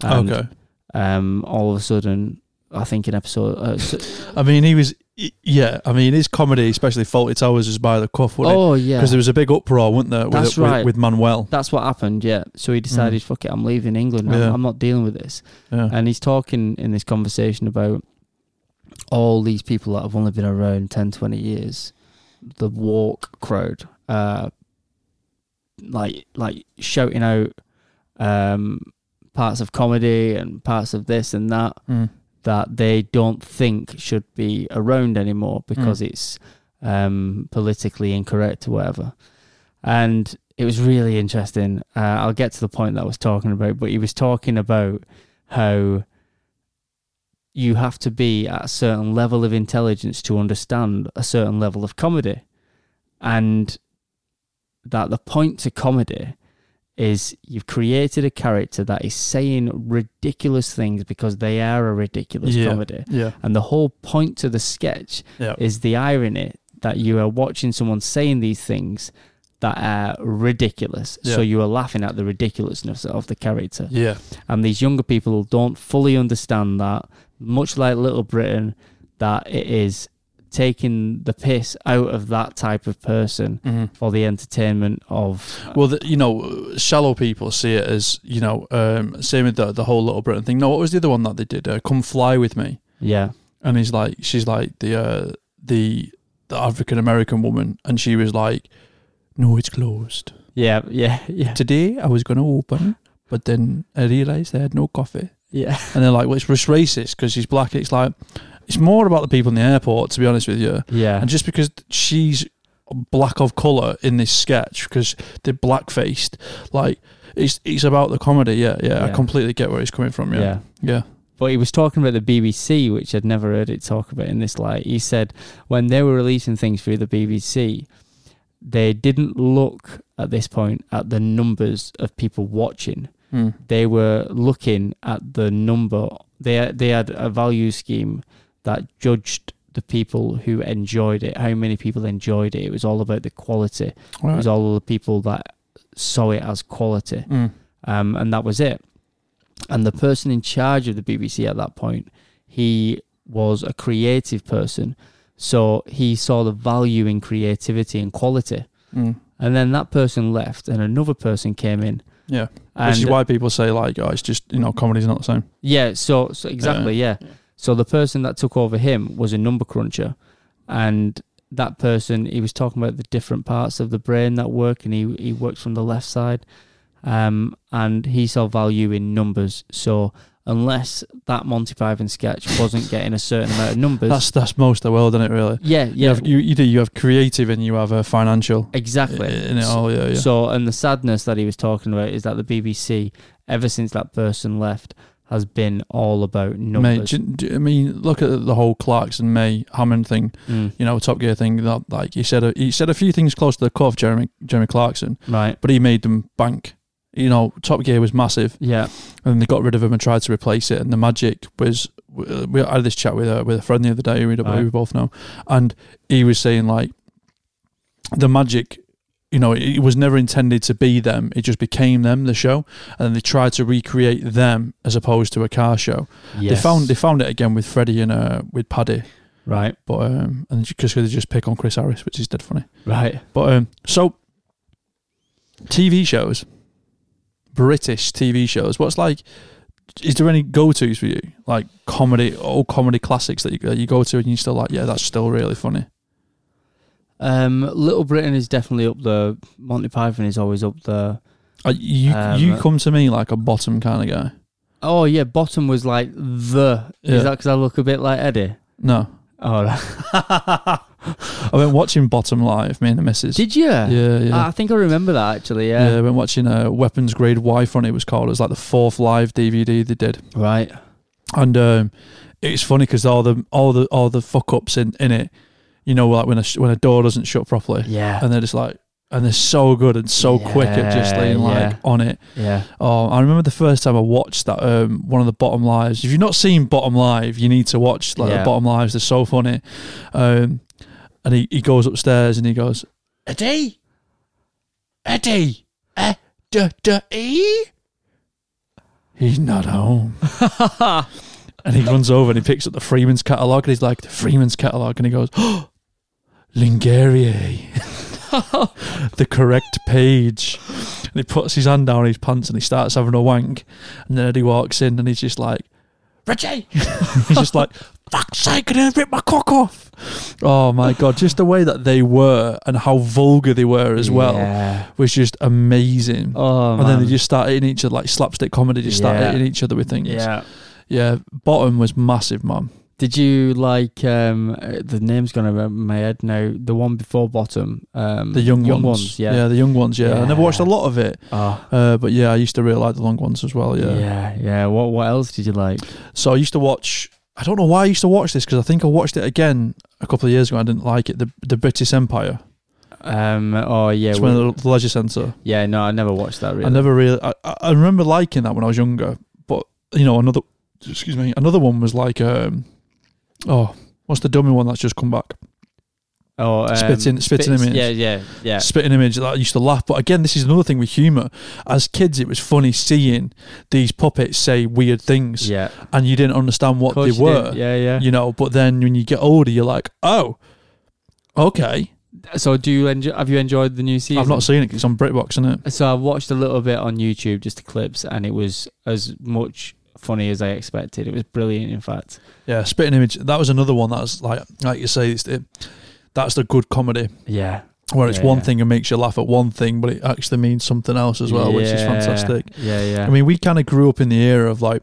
B: And,
A: okay.
B: Um, all of a sudden, I think an episode. Uh, s-
A: I mean, he was. y- Yeah. I mean, his comedy, especially Faulty Towers, was by the cuff, wasn't it?
B: oh yeah,
A: Because there was a big uproar, wasn't there? With,
B: That's
A: with,
B: right.
A: with Manuel.
B: that's what happened. Yeah. So he decided, fuck it, I'm leaving England. I'm,
A: Mm. Yeah.
B: I'm not dealing with this.
A: Yeah.
B: And he's talking in this conversation about all these people that have only been around 10, 20 years, the walk crowd, uh, like like shouting out um, parts of comedy and parts of this and that
A: Mm.
B: that they don't think should be around anymore because it's um, politically incorrect or whatever. And it was really interesting. Uh, I'll get to the point that I was talking about, but he was talking about how you have to be at a certain level of intelligence to understand a certain level of comedy. And that the point to comedy is you've created a character that is saying ridiculous things because they are a ridiculous
A: Yeah.
B: comedy.
A: Yeah.
B: And the whole point to the sketch
A: Yeah.
B: is the irony that you are watching someone saying these things that are ridiculous. So
A: Yeah.
B: you are laughing at the ridiculousness of the character.
A: Yeah.
B: And these younger people don't fully understand that, much like Little Britain, that it is taking the piss out of that type of person
A: Mhm.
B: for the entertainment of
A: Well, the, you know, shallow people see it as you know, um, same with the the whole Little Britain thing. No, what was the other one that they did? Uh, Come fly with me,
B: yeah
A: and he's like, she's like the uh, the the African American woman, and she was like, no, it's closed.
B: yeah yeah yeah
A: Today I was going to open, but then I realised they had no coffee,
B: yeah
A: and they're like, well, it's just racist because she's black. It's like, it's more about the people in the airport, to be honest with you.
B: yeah
A: And just because she's black of color in this sketch, because they're black faced, like it's it's about the comedy. Yeah, yeah, I
B: Yeah.
A: completely get where he's coming from. Yeah, yeah,
B: yeah. But he was talking about the BBC, which I'd never heard it talk about in this light. He said when they were releasing things through the BBC, they didn't look at this point at the numbers of people watching.
A: Mm.
B: They were looking at the number. They they had a value scheme that judged the people who enjoyed it, how many people enjoyed it. It was all about the quality. It
A: Right.
B: was all the people that saw it as quality
A: Mm.
B: um, and that was it. And the person in charge of the BBC at that point, he was a creative person, so he saw the value in creativity and quality.
A: Mm.
B: And then that person left, and another person came in.
A: Yeah,
B: and
A: which is why people say like, oh, it's just you know, comedy's not the same.
B: yeah, so so exactly, yeah. So the person that took over him was a number cruncher, and that person he was talking about the different parts of the brain that work, and he he worked from the left side, um, and he saw value in numbers. So unless that Monty Python sketch wasn't getting a certain amount of numbers,
A: That's that's most of the world, isn't it? Really.
B: yeah,
A: You,
B: yeah,
A: have, you you do you have creative and you have uh, financial.
B: exactly.
A: In it
B: So-
A: all, yeah, yeah.
B: So, and the sadness that he was talking about is that the BBC, ever since that person left, has been all about numbers.
A: Mate, do, do, I mean, look at the whole Clarkson May Hammond thing.
B: Mm,
A: You know, Top Gear thing. That like he said, a, he said a few things close to the cuff, Jeremy Jeremy Clarkson.
B: right.
A: but he made them bank. You know, Top Gear was massive,
B: Yeah.
A: and they got rid of him and tried to replace it. And the magic was, we we had this chat with a with a friend the other day who we,
B: Right.
A: we both know, and he was saying like, the magic, you know, it, it was never intended to be them. It just became them, the show, and they tried to recreate them as opposed to a car show. They
B: Yes.
A: found they found it again with Freddie and uh, with Paddy,
B: Right,
A: but um, and because they just pick on Chris Harris, which is dead funny.
B: right.
A: But um, so TV shows, British TV shows. What's like? Is there any go tos for you? Like comedy, old comedy classics that you that you go to and you're still like, yeah, that's still really funny.
B: Um, Little Britain is definitely up there. Monty Python is always up there.
A: Uh, you
B: Um,
A: you come to me like a bottom kind of guy.
B: Oh yeah, Bottom was like the.
A: Yeah.
B: Is that because I look a bit like Eddie?
A: No,
B: Oh, right.
A: I went watching Bottom Live. Me and the missus.
B: did you?
A: yeah, yeah.
B: Ah, I think I remember that actually.
A: yeah,
B: Yeah.
A: I went watching uh, Weapons Grade Wife on it was called. It was like the fourth live DVD they did.
B: Right.
A: and um, it's funny because all the all the all the fuck ups in, in it, you know, like when a sh- when a door doesn't shut properly,
B: Yeah.
A: and they're just like, and they're so good and so quick at just
B: Yeah,
A: being like
B: yeah.
A: on it.
B: yeah.
A: Oh, I remember the first time I watched that um, one of the Bottom Lives. If you've not seen Bottom Live, you need to watch like
B: Yeah.
A: the Bottom Lives. They're so funny. Um, and he, he goes upstairs and he goes, Eddie, Eddie, eh, duh, duh, eh? He's not home. and he runs over and he picks up the Freeman's catalogue and he's like, the Freeman's catalogue. And he goes, oh, Lingarier the correct page. And he puts his hand down his pants and he starts having a wank. And then Eddie walks in and he's just like, Reggie! he's just like, fuck's sake, I didn't rip my cock off. Oh my God, just the way that they were and how vulgar they were as well
B: Yeah.
A: was just amazing.
B: Oh
A: and then
B: man.
A: they just started hitting each other, like slapstick comedy, just started
B: Yeah.
A: hitting each other with things.
B: yeah.
A: Yeah, Bottom was massive, man.
B: Did you like um uh, the name's gone over my head now? The one before Bottom. Um,
A: The young,
B: young
A: ones.
B: Yeah.
A: the young ones, yeah. I never watched a
B: Yeah.
A: lot of it,
B: Oh,
A: uh, but yeah, I used to really like the long ones as well,
B: yeah. Yeah. What What else did you like?
A: So I used to watch. I don't know why I used to watch this because I think I watched it again a couple of years ago. and I didn't like it. The the British Empire.
B: Um, oh yeah,
A: it's
B: we-
A: when the leisure centre.
B: yeah. No, I never watched that. Really,
A: I never really. I, I I remember liking that when I was younger, but you know another. Excuse me. Another one was like, um, oh, what's the dummy one that's just come back?
B: Oh, um,
A: Spitting- spitting
B: spits-
A: image.
B: Yeah, yeah, yeah.
A: Spitting image that I used to laugh. But again, this is another thing with humour. As kids, it was funny seeing these puppets say weird things,
B: Yeah,
A: and you didn't understand what they
B: Course you
A: were.
B: did. Yeah, yeah.
A: You know, but then when you get older, you're like, oh, okay.
B: So, do you enjoy? Have you enjoyed the new season?
A: I've not seen it. 'cause it's on BritBox, isn't it?
B: So I've watched a little bit on YouTube, just the clips, and it was as much funny as I expected. It was brilliant, in fact.
A: Yeah, spitting image. That was another one that's like, like you say, it's it, that's the good comedy
B: Yeah,
A: where it's
B: Yeah,
A: one
B: yeah.
A: thing and makes you laugh at one thing, but it actually means something else as well, which is
B: Yeah.
A: fantastic.
B: Yeah, yeah.
A: I mean, we kind of grew up in the era of like,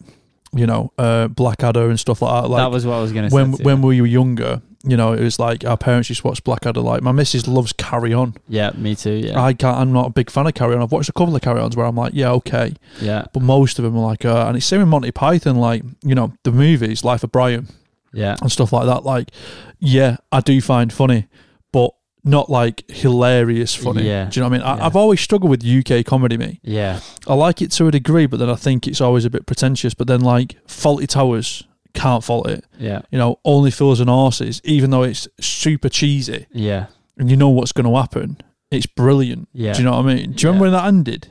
A: you know, uh, Blackadder and stuff like that. Like
B: that was what I was gonna
A: when
B: say. too.
A: when we were younger, you know, it was like our parents used to watch Blackadder. Like my missus loves Carry On.
B: yeah, me too. Yeah,
A: I can't. I'm not a big fan of Carry On. I've watched a couple of Carry Ons where I'm like, yeah, okay,
B: yeah,
A: but most of them are like, uh, and it's same with Monty Python, like you know the movies, Life of Brian
B: yeah,
A: and stuff like that. Like, yeah, I do find funny, but not like hilarious funny.
B: Yeah.
A: Do you know what I mean? I,
B: Yeah.
A: I've always struggled with UK comedy. Me,
B: yeah.
A: I like it to a degree, but then I think it's always a bit pretentious. But then like Faulty Towers, can't fault it.
B: Yeah,
A: You know, only fools and horses, even though it's super cheesy
B: yeah,
A: and you know what's going to happen. It's brilliant.
B: yeah.
A: Do you know what I mean? Do you remember when that ended?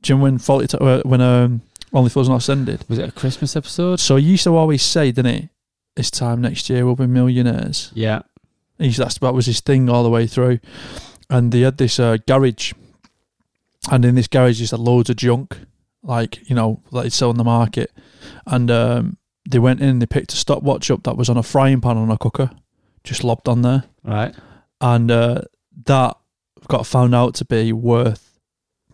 A: Do you remember when Faulty Tow- uh, when um, Only Fools and Horses ended?
B: Was it a Christmas episode?
A: So he used to always say, didn't he? This time next year we'll be millionaires.
B: Yeah,
A: He used- that's that was his thing all the way through. And they had this uh, garage, and in this garage, they just had loads of junk, like you know, that they'd sell on the market. And um, they went in, and they picked a stopwatch up that was on a frying pan on a cooker, just lobbed on there,
B: right.
A: and uh, that got found out to be worth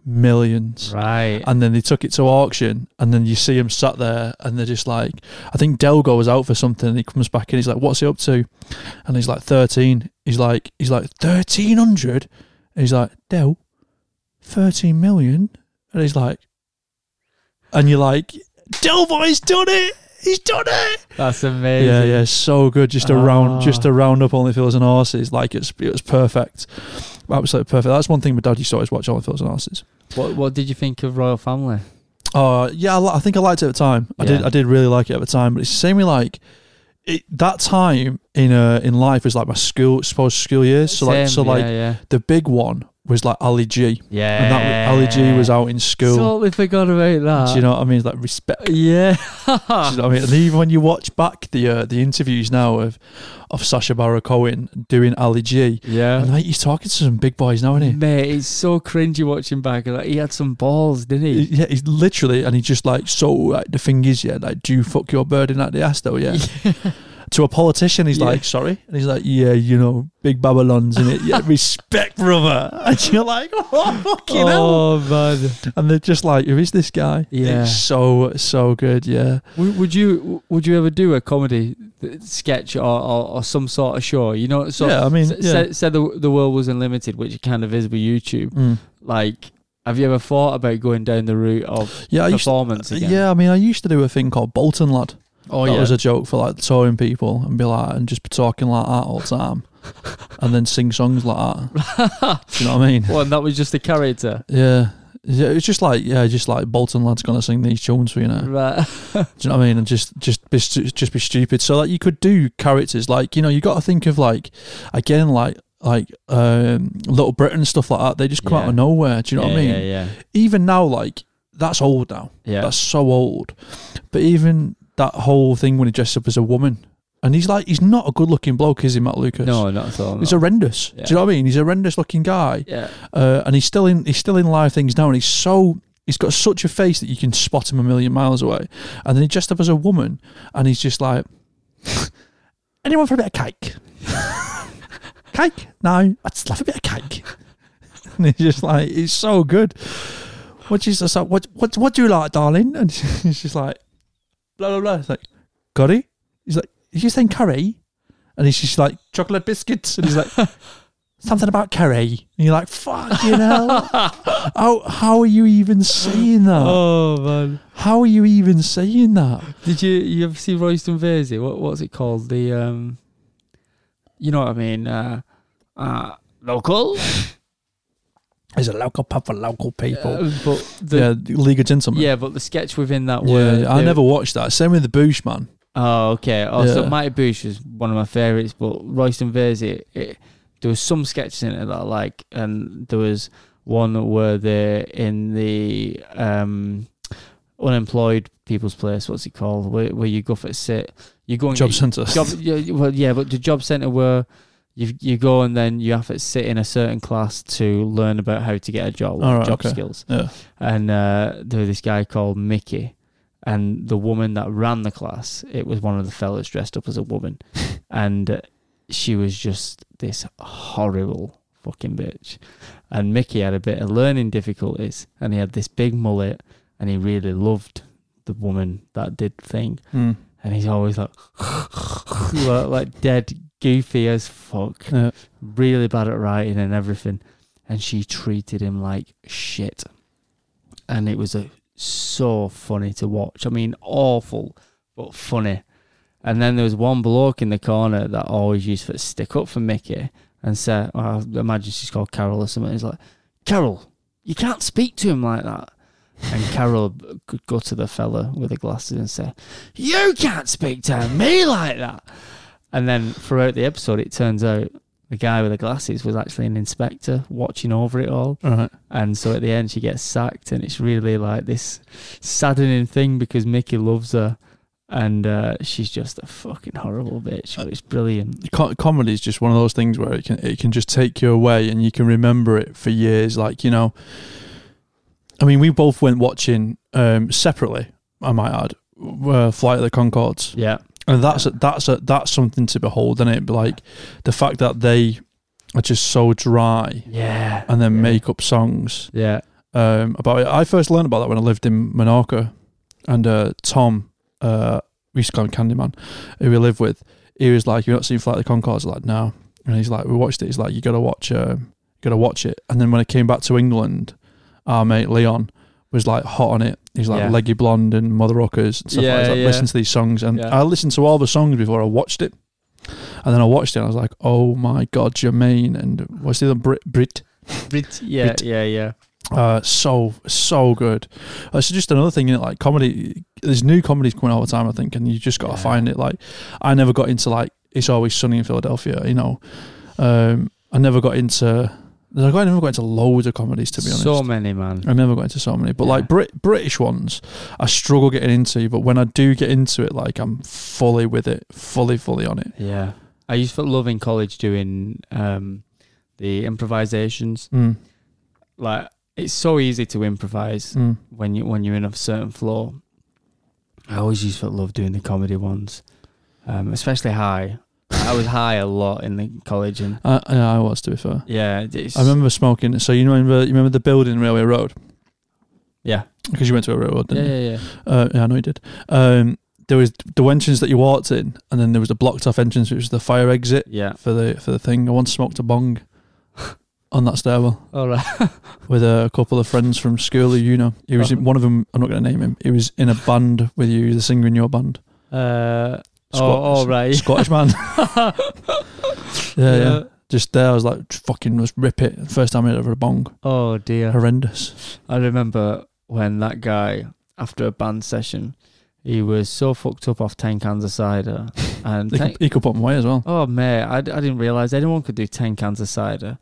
A: millions
B: Right.
A: and then they took it to auction and then you see him sat there and they're just like i think delgo was out for something and he comes back in he's like what's he up to and he's like 13 he's like he's like 1300 and he's like del 13 million and he's like and you're like delboy's done it he's done it
B: That's amazing.
A: yeah yeah so good just a
B: Ah.
A: round just a round up only feels and horses like it's it was perfect absolutely perfect that's one thing my dad used to always watch only feels and horses
B: What What did you think of Royal Family?
A: Uh, yeah, I, li- I think I liked it at the time. I did,
B: Yeah.
A: I did really like it at the time. But it's the same with like it, that time in uh, in life was like my school, supposed school years. So like,
B: Same,
A: so
B: yeah,
A: like
B: yeah,
A: the big one was like Ali G,
B: yeah.
A: and that was- Ali G was out in school.
B: Totally forgot about that.
A: do you know what I mean? It's Like respect.
B: uh, Yeah.
A: Do you know what I mean? And even when you watch back the uh, the interviews now of of Sasha Baron Cohen doing Ali G, and
B: yeah.
A: like he's talking to some big boys now, isn't he?
B: Mate, it's so cringy watching back. Like, he had some balls, didn't he?
A: Yeah, he's literally, and he's just like, so like the thing is, yeah, like do you fuck your bird in at the ass though, yeah. to a politician, he's
B: Yeah.
A: like, sorry, and he's like, yeah, you know, big Babylon's in it, yeah, respect, brother, and you're like, oh fucking hell,
B: oh man!
A: and they're just like, who is this guy?
B: Yeah.
A: it's so so good, yeah.
B: Would, would you would you ever do a comedy th- sketch or, or, or some sort of show? You know, so
A: Yeah, I mean,
B: s-
A: yeah.
B: said, said the the world was unlimited, which it kind of is with YouTube.
A: Mm.
B: Like, have you ever thought about going down the route of
A: Yeah, I used
B: performance again?
A: yeah, I mean, I used to do a thing called Bolton Lad.
B: Oh
A: that
B: yeah.
A: was a joke for like touring people and be like, and just be talking like that all the time, and then sing songs like that. Do you know what I mean?
B: well, and that was just a character.
A: Yeah. Yeah, it's just like yeah, just like Bolton lads gonna sing these tunes for you now.
B: Right.
A: Do you know what I mean? And just just be stu- just be stupid. So like you could do characters like you know you got to think of like again like like um Little Britain and stuff like that. They just come out
B: Yeah.
A: of nowhere. Do you know
B: yeah,
A: what I mean?
B: Yeah, yeah,
A: Even now like that's old now.
B: yeah.
A: That's so old. But even that whole thing when he dressed up as a woman and he's like he's not a good looking bloke, is he, Matt Lucas?
B: no, not at all.
A: He's
B: no.
A: horrendous. Do
B: Yeah.
A: you know what I mean? He's a horrendous looking guy
B: yeah,
A: uh, and he's still in he's still in live things now, and he's so he's got such a face that you can spot him a million miles away. And then he dressed up as a woman, and he's just like, anyone for a bit of cake? cake? No, I'd just love a bit of cake. and he's just like, it's so good. What do you just like? What what what do you like, darling? And he's just like, blah blah blah. It's like curry. He's like, are you saying curry? And he's just like chocolate biscuits, and he's like. Something about curry, and you're like, "Fuck, you know, how how are you even saying that?
B: Oh man!
A: How are you even saying that?"
B: Did you you ever see Royston Vasey? What what's it called? The um, you know what I mean? Uh, uh local.
A: It's a local pub for local people.
B: Uh, but the,
A: yeah,
B: yeah.
A: the League of Gentlemen.
B: but the sketch within that
A: yeah.
B: were
A: I
B: they-
A: never watched that. Same with the Boosh man.
B: Oh, okay. Also,
A: Yeah.
B: Mighty Boosh was one of my favourites, but Royston Verzi, it, there was some sketches in it that I like, and there was one where they're in the um, unemployed people's place. What's it called? Where, where you go for a sit, you go and
A: Job
B: get-
A: centre.
B: job. Yeah, well, yeah, but the job centre where you you go and then you have to sit in a certain class to learn about how to get a job,
A: All right,
B: job
A: okay.
B: skills
A: yeah.
B: and uh, there was this guy called Mickey, and the woman that ran the class, it was one of the fellas dressed up as a woman, and uh, she was just this horrible fucking bitch. And Mickey had a bit of learning difficulties, and he had this big mullet, and he really loved the woman that did thing,
A: Mm.
B: and he's always like, like, like dead goofy as fuck,
A: Yeah.
B: really bad at writing and everything, and she treated him like shit, and it was a, so funny to watch. I mean, awful but funny. And then there was one bloke in the corner that always used to stick up for Mickey and say, I imagine she's called Carol or something. He's like, Carol, you can't speak to him like that. And Carol could go to the fella with the glasses and say, You can't speak to me like that. And then throughout the episode, it turns out the guy with the glasses was actually an inspector watching over it all.
A: All right.
B: And so at the end, she gets sacked, and it's really like this saddening thing because Mickey loves her, and uh, she's just a fucking horrible bitch. But it's brilliant.
A: Co- comedy is just one of those things where it can it can just take you away and you can remember it for years. Like you know, I mean, we both went watching um, separately. I might add, uh, Flight of the Concords.
B: Yeah,
A: and that's a, that's a, that's something to behold, and it like the fact that they are just so dry
B: yeah,
A: and then
B: yeah.
A: make up songs
B: yeah,
A: um, about it. I first learned about that when I lived in Menorca, and uh, Tom, uh, we used to call him Candyman, who we live with. He was like, "You've not seen Flight of the Concords?" I was like, "No," and he's like, "We watched it." He's like, "You gotta watch, um, you gotta watch it." And then when I came back to England, our mate Leon was like hot on it. He's like
B: Yeah.
A: leggy blonde and mother rockers and stuff like
B: Yeah,
A: that. He's like,
B: yeah.
A: Listen to these songs, and
B: Yeah.
A: I listened to all the songs before I watched it. And then I watched it and I was like, oh my God, Jermaine and what's the other Brit, Brit
B: yeah,
A: Bit-
B: yeah, yeah.
A: uh, so so good. Uh, It's just another thing, innit, like comedy. There's new comedies coming all the time, I think, and you just got to
B: Yeah.
A: find it. Like, I never got into like It's Always Sunny in Philadelphia. You know, um, I never got into. I got- I never got into loads of comedies to be honest.
B: so many man.
A: I never got into so many, but
B: Yeah.
A: like Brit- British ones, I struggle getting into. But when I do get into it, like I'm fully with it, fully, fully on it.
B: Yeah, I used to love in college doing um, the improvisations.
A: Mm,
B: Like it's so easy to improvise.
A: mm.
B: when you when you're in a certain floor. I always used to love doing the comedy ones, um, especially high. I was high a lot in the college, and
A: I, yeah, I was to be fair.
B: yeah, it's,
A: I remember smoking. So you remember you remember the building in Railway Road
B: Yeah,
A: because you went to a railroad, didn't
B: yeah,
A: you?
B: yeah, yeah.
A: Uh, yeah, I know you did. Um, there was the entrance that you walked in, and then there was the blocked off entrance, which was the fire exit
B: yeah.
A: for the for the thing. I once smoked a bong on that stairwell
B: All right.
A: with a couple of friends from school. who You know, he was in, one of them. I'm not going to name him. He was in a band with you, the singer in your band,
B: Uh, oh,
A: Scot-
B: all right.
A: Scottish man.
B: yeah,
A: yeah, yeah. Just there, I was like, fucking, let's rip it. First time I ever a bong,
B: Oh dear.
A: horrendous.
B: I remember when that guy, after a band session, he was so fucked up off ten cans of cider, and
A: He,
B: ten-
A: could- he could put them away as well.
B: Oh mate, I, I didn't realize anyone could do ten cans of cider,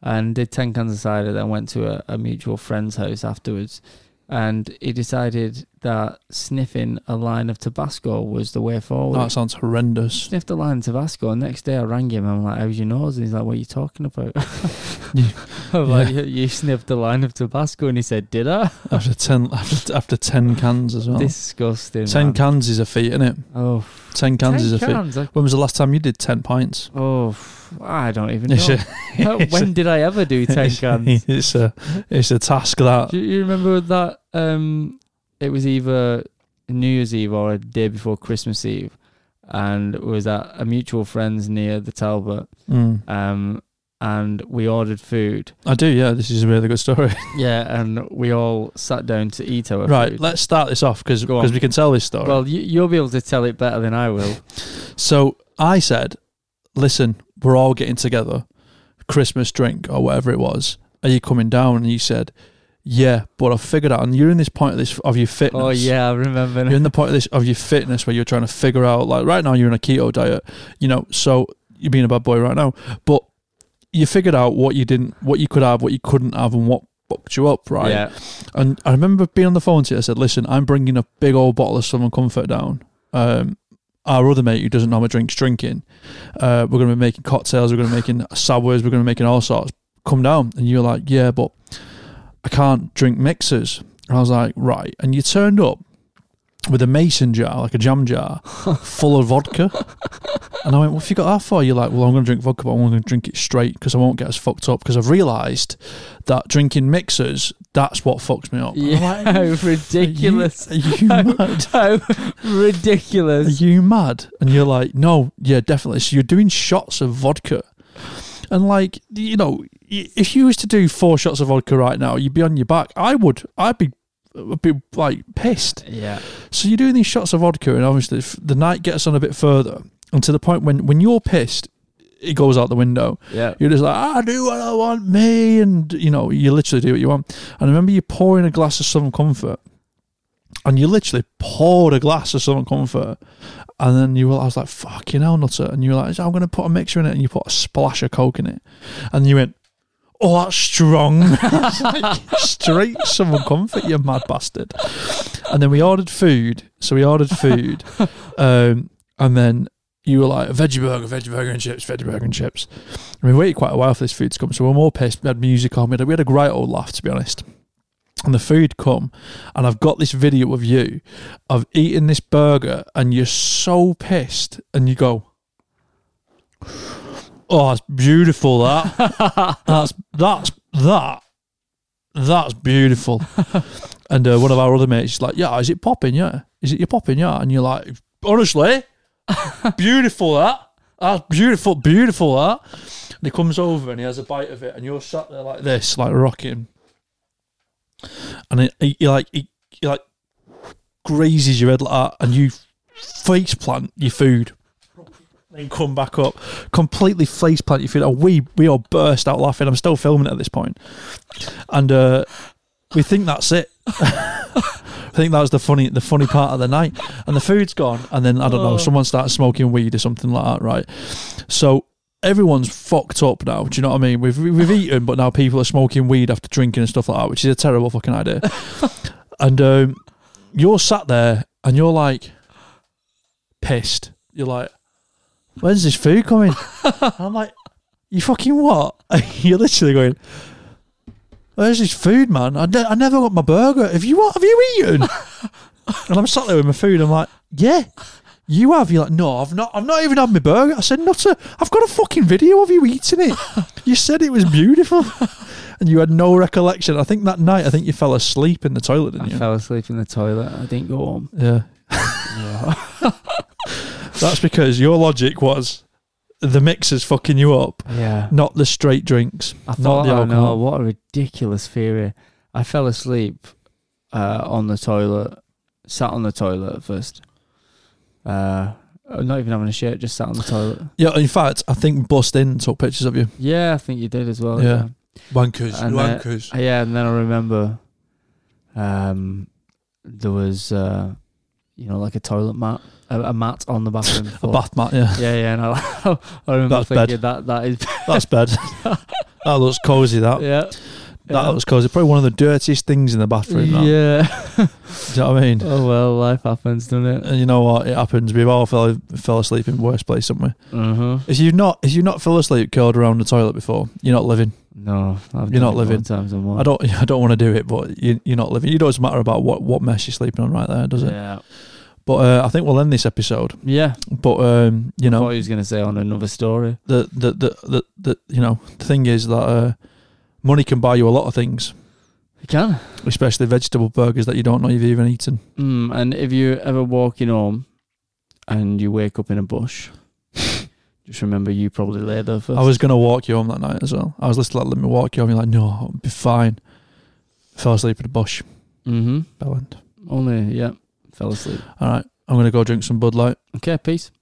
B: and did ten cans of cider. Then went to a, a mutual friend's house afterwards, and he decided that sniffing a line of Tabasco was the way forward.
A: that sounds horrendous.
B: Sniffed a line of Tabasco. And next day, I rang him. I'm like, "How's your nose?" And he's like, "What are you talking about?"
A: You-
B: I'm like, you, "You sniffed a line of Tabasco," and he said, "Did I?"
A: after ten, after after ten cans as well.
B: Disgusting.
A: Oh. ten
B: man.
A: cans is a feat, isn't it?
B: Oh,
A: Ten cans is a
B: ten
A: feat.
B: cans. I,
A: When was the last time you did 10 pints?
B: oh, I don't even
A: It's
B: know.
A: a,
B: when did I ever do ten
A: it's,
B: cans?
A: it's a it's a task that
B: Do you remember that? Um, it was either New Year's Eve or a day before Christmas Eve, and it was at a mutual friend's near the Talbot.
A: Mm.
B: Um, and we ordered food.
A: I do. Yeah, this is a really good story.
B: Yeah, and we all sat down to eat our
A: right,
B: food.
A: let's start this off because
B: Go on.
A: we can tell this story.
B: Well, you, you'll be able to tell it better than I will.
A: so I said, "Listen, we're all getting together. Christmas drink or whatever it was. Are you coming down? And you said, yeah, but I figured out, and you're in this point of this of your fitness.
B: Oh yeah, I remember.
A: You're in the point of this of your fitness where you're trying to figure out like right now you're on a keto diet, you know, so you're being a bad boy right now. But you figured out what you didn't what you could have, what you couldn't have and what fucked you up, right?
B: Yeah,
A: And I remember being on the phone to you, I said, Listen, I'm bringing a big old bottle of Southern Comfort down. Um our other mate who doesn't normally drink's drinking. Uh, we're gonna be making cocktails, we're gonna be making sours, we're gonna be making all sorts. Come down. And you're like, Yeah, but I can't drink mixers. And I was like, Right. And you turned up with a mason jar, like a jam jar, full of vodka. And I went, What have you got that for? You're like, Well, I'm going to drink vodka, but I'm going to drink it straight because I won't get as fucked up because I've realised that drinking mixers, that's what fucks me up.
B: yeah, how ridiculous.
A: Are you, are you mad?
B: How
A: Are
B: ridiculous.
A: you mad? And you're like, No, yeah, definitely. So you're doing shots of vodka. And like, you know, y- if you was to do four shots of vodka right now, you'd be on your back. I would. I'd be, I'd be like pissed.
B: Yeah,
A: So you're doing these shots of vodka, and obviously if the night gets on a bit further, and to the point when when you're pissed, it goes out the window.
B: yeah.
A: You're just like, I do what I want, me, and you know, you literally do what you want. And I remember you pouring a glass of Southern Comfort, and you literally poured a glass of Southern Comfort, and then you were, I was like, fucking hell, nutter, and you were like, I'm gonna put a mixer in it, and you put a splash of coke in it, and you went. Oh, that's strong. It's like, Straight Southern comfort, you mad bastard. And then we ordered food. So we ordered food. Um, and then you were like, veggie burger, veggie burger and chips, veggie burger and chips. And we waited quite a while for this food to come. So we we're more pissed. We had music on. We had, a- we had a great old laugh, to be honest. And the food come, and I've got this video of you of eating this burger, and you're so pissed, and you go, "Oh, that's beautiful! That that's that's that that's beautiful." and uh, one of our other mates is like, "Yeah, is it popping? Yeah, is it you popping? Yeah," and you're like, "Honestly, beautiful that." That's beautiful, beautiful that. And he comes over and he has a bite of it, and you're sat there like this, like rocking. And he, he, he like he, he like grazes your head like that, and you face plant your food. Then come back up, completely face plant your food. And we we all burst out laughing. I'm still filming it at this point, and uh, we think that's it. I think that was the funny the funny part of the night. And the food's gone, and then I don't know,
B: Oh.
A: someone starts smoking weed or something like that, right? So everyone's fucked up now. Do you know what I mean? We've we've eaten, but now people are smoking weed after drinking and stuff like that, which is a terrible fucking idea. and um, you're sat there and you're like pissed. You're like, when's this food coming? And I'm like, you fucking what? you're literally going. Where's this food, man? I, ne- I never got my burger. Have you what? Have you eaten? and I'm sat there with my food. I'm like, yeah, you have. You're like, no, I've not. I've not even had my burger. I said, nutter. I've got a fucking video of you eating it. You said it was beautiful, and you had no recollection. I think that night, I think you fell asleep in the toilet, didn't
B: I
A: you?
B: fell asleep in the toilet. I didn't go home.
A: yeah. That's because your logic was the mixer's fucking you up,
B: Yeah.
A: not the straight drinks.
B: I
A: not
B: thought,
A: the
B: oh no,
A: alcohol.
B: what a ridiculous theory. I fell asleep uh, on the toilet, sat on the toilet at first. Uh, not even having a shirt, just sat on the toilet.
A: Yeah, in fact, I think Bust In took pictures of you.
B: Yeah, I think you did as well.
A: Yeah. Wankers,
B: And, uh,
A: wankers.
B: Uh, Yeah, and then I remember um, there was, uh, you know, like a toilet mat, a, a mat on the bathroom
A: A
B: floor.
A: bath mat, yeah.
B: Yeah, yeah, and I, I remember
A: That's bad.
B: thinking that that is,
A: That's bad. that looks cosy. That
B: yeah,
A: that
B: yeah.
A: looks cosy. Probably one of the dirtiest things in the bathroom. That.
B: yeah.
A: Do you know what I mean?
B: Oh well, life happens, doesn't it?
A: And you know what? It happens. We've all fell, fell asleep in worse place, haven't we?
B: Mm-hmm.
A: If you've not if you've not fell asleep curled around the toilet before, you're not living.
B: No, I've
A: You're not
B: done it
A: living.
B: more Times than one.
A: I don't I don't want to do it, but you, you're not living. It doesn't matter about what what mess you're sleeping on right there, does it?
B: Yeah.
A: But uh, I think we'll end this episode.
B: Yeah.
A: But um, you
B: I
A: know,
B: thought he was going to say on another story.
A: the the, the the the you know the thing is that uh, money can buy you a lot of things,
B: You can.
A: especially vegetable burgers that you don't know you've even eaten.
B: Mm, and if you're ever walking home and you wake up in a bush, just remember you probably lay there first.
A: I was gonna walk you home that night as well. I was just like, let me walk you home. You're like, no, I'll be fine. Fell asleep in a bush.
B: Mm-hmm.
A: Bell end.
B: Only, yeah. Fell asleep.
A: All right, I'm gonna go drink some Bud Light.
B: Okay, peace.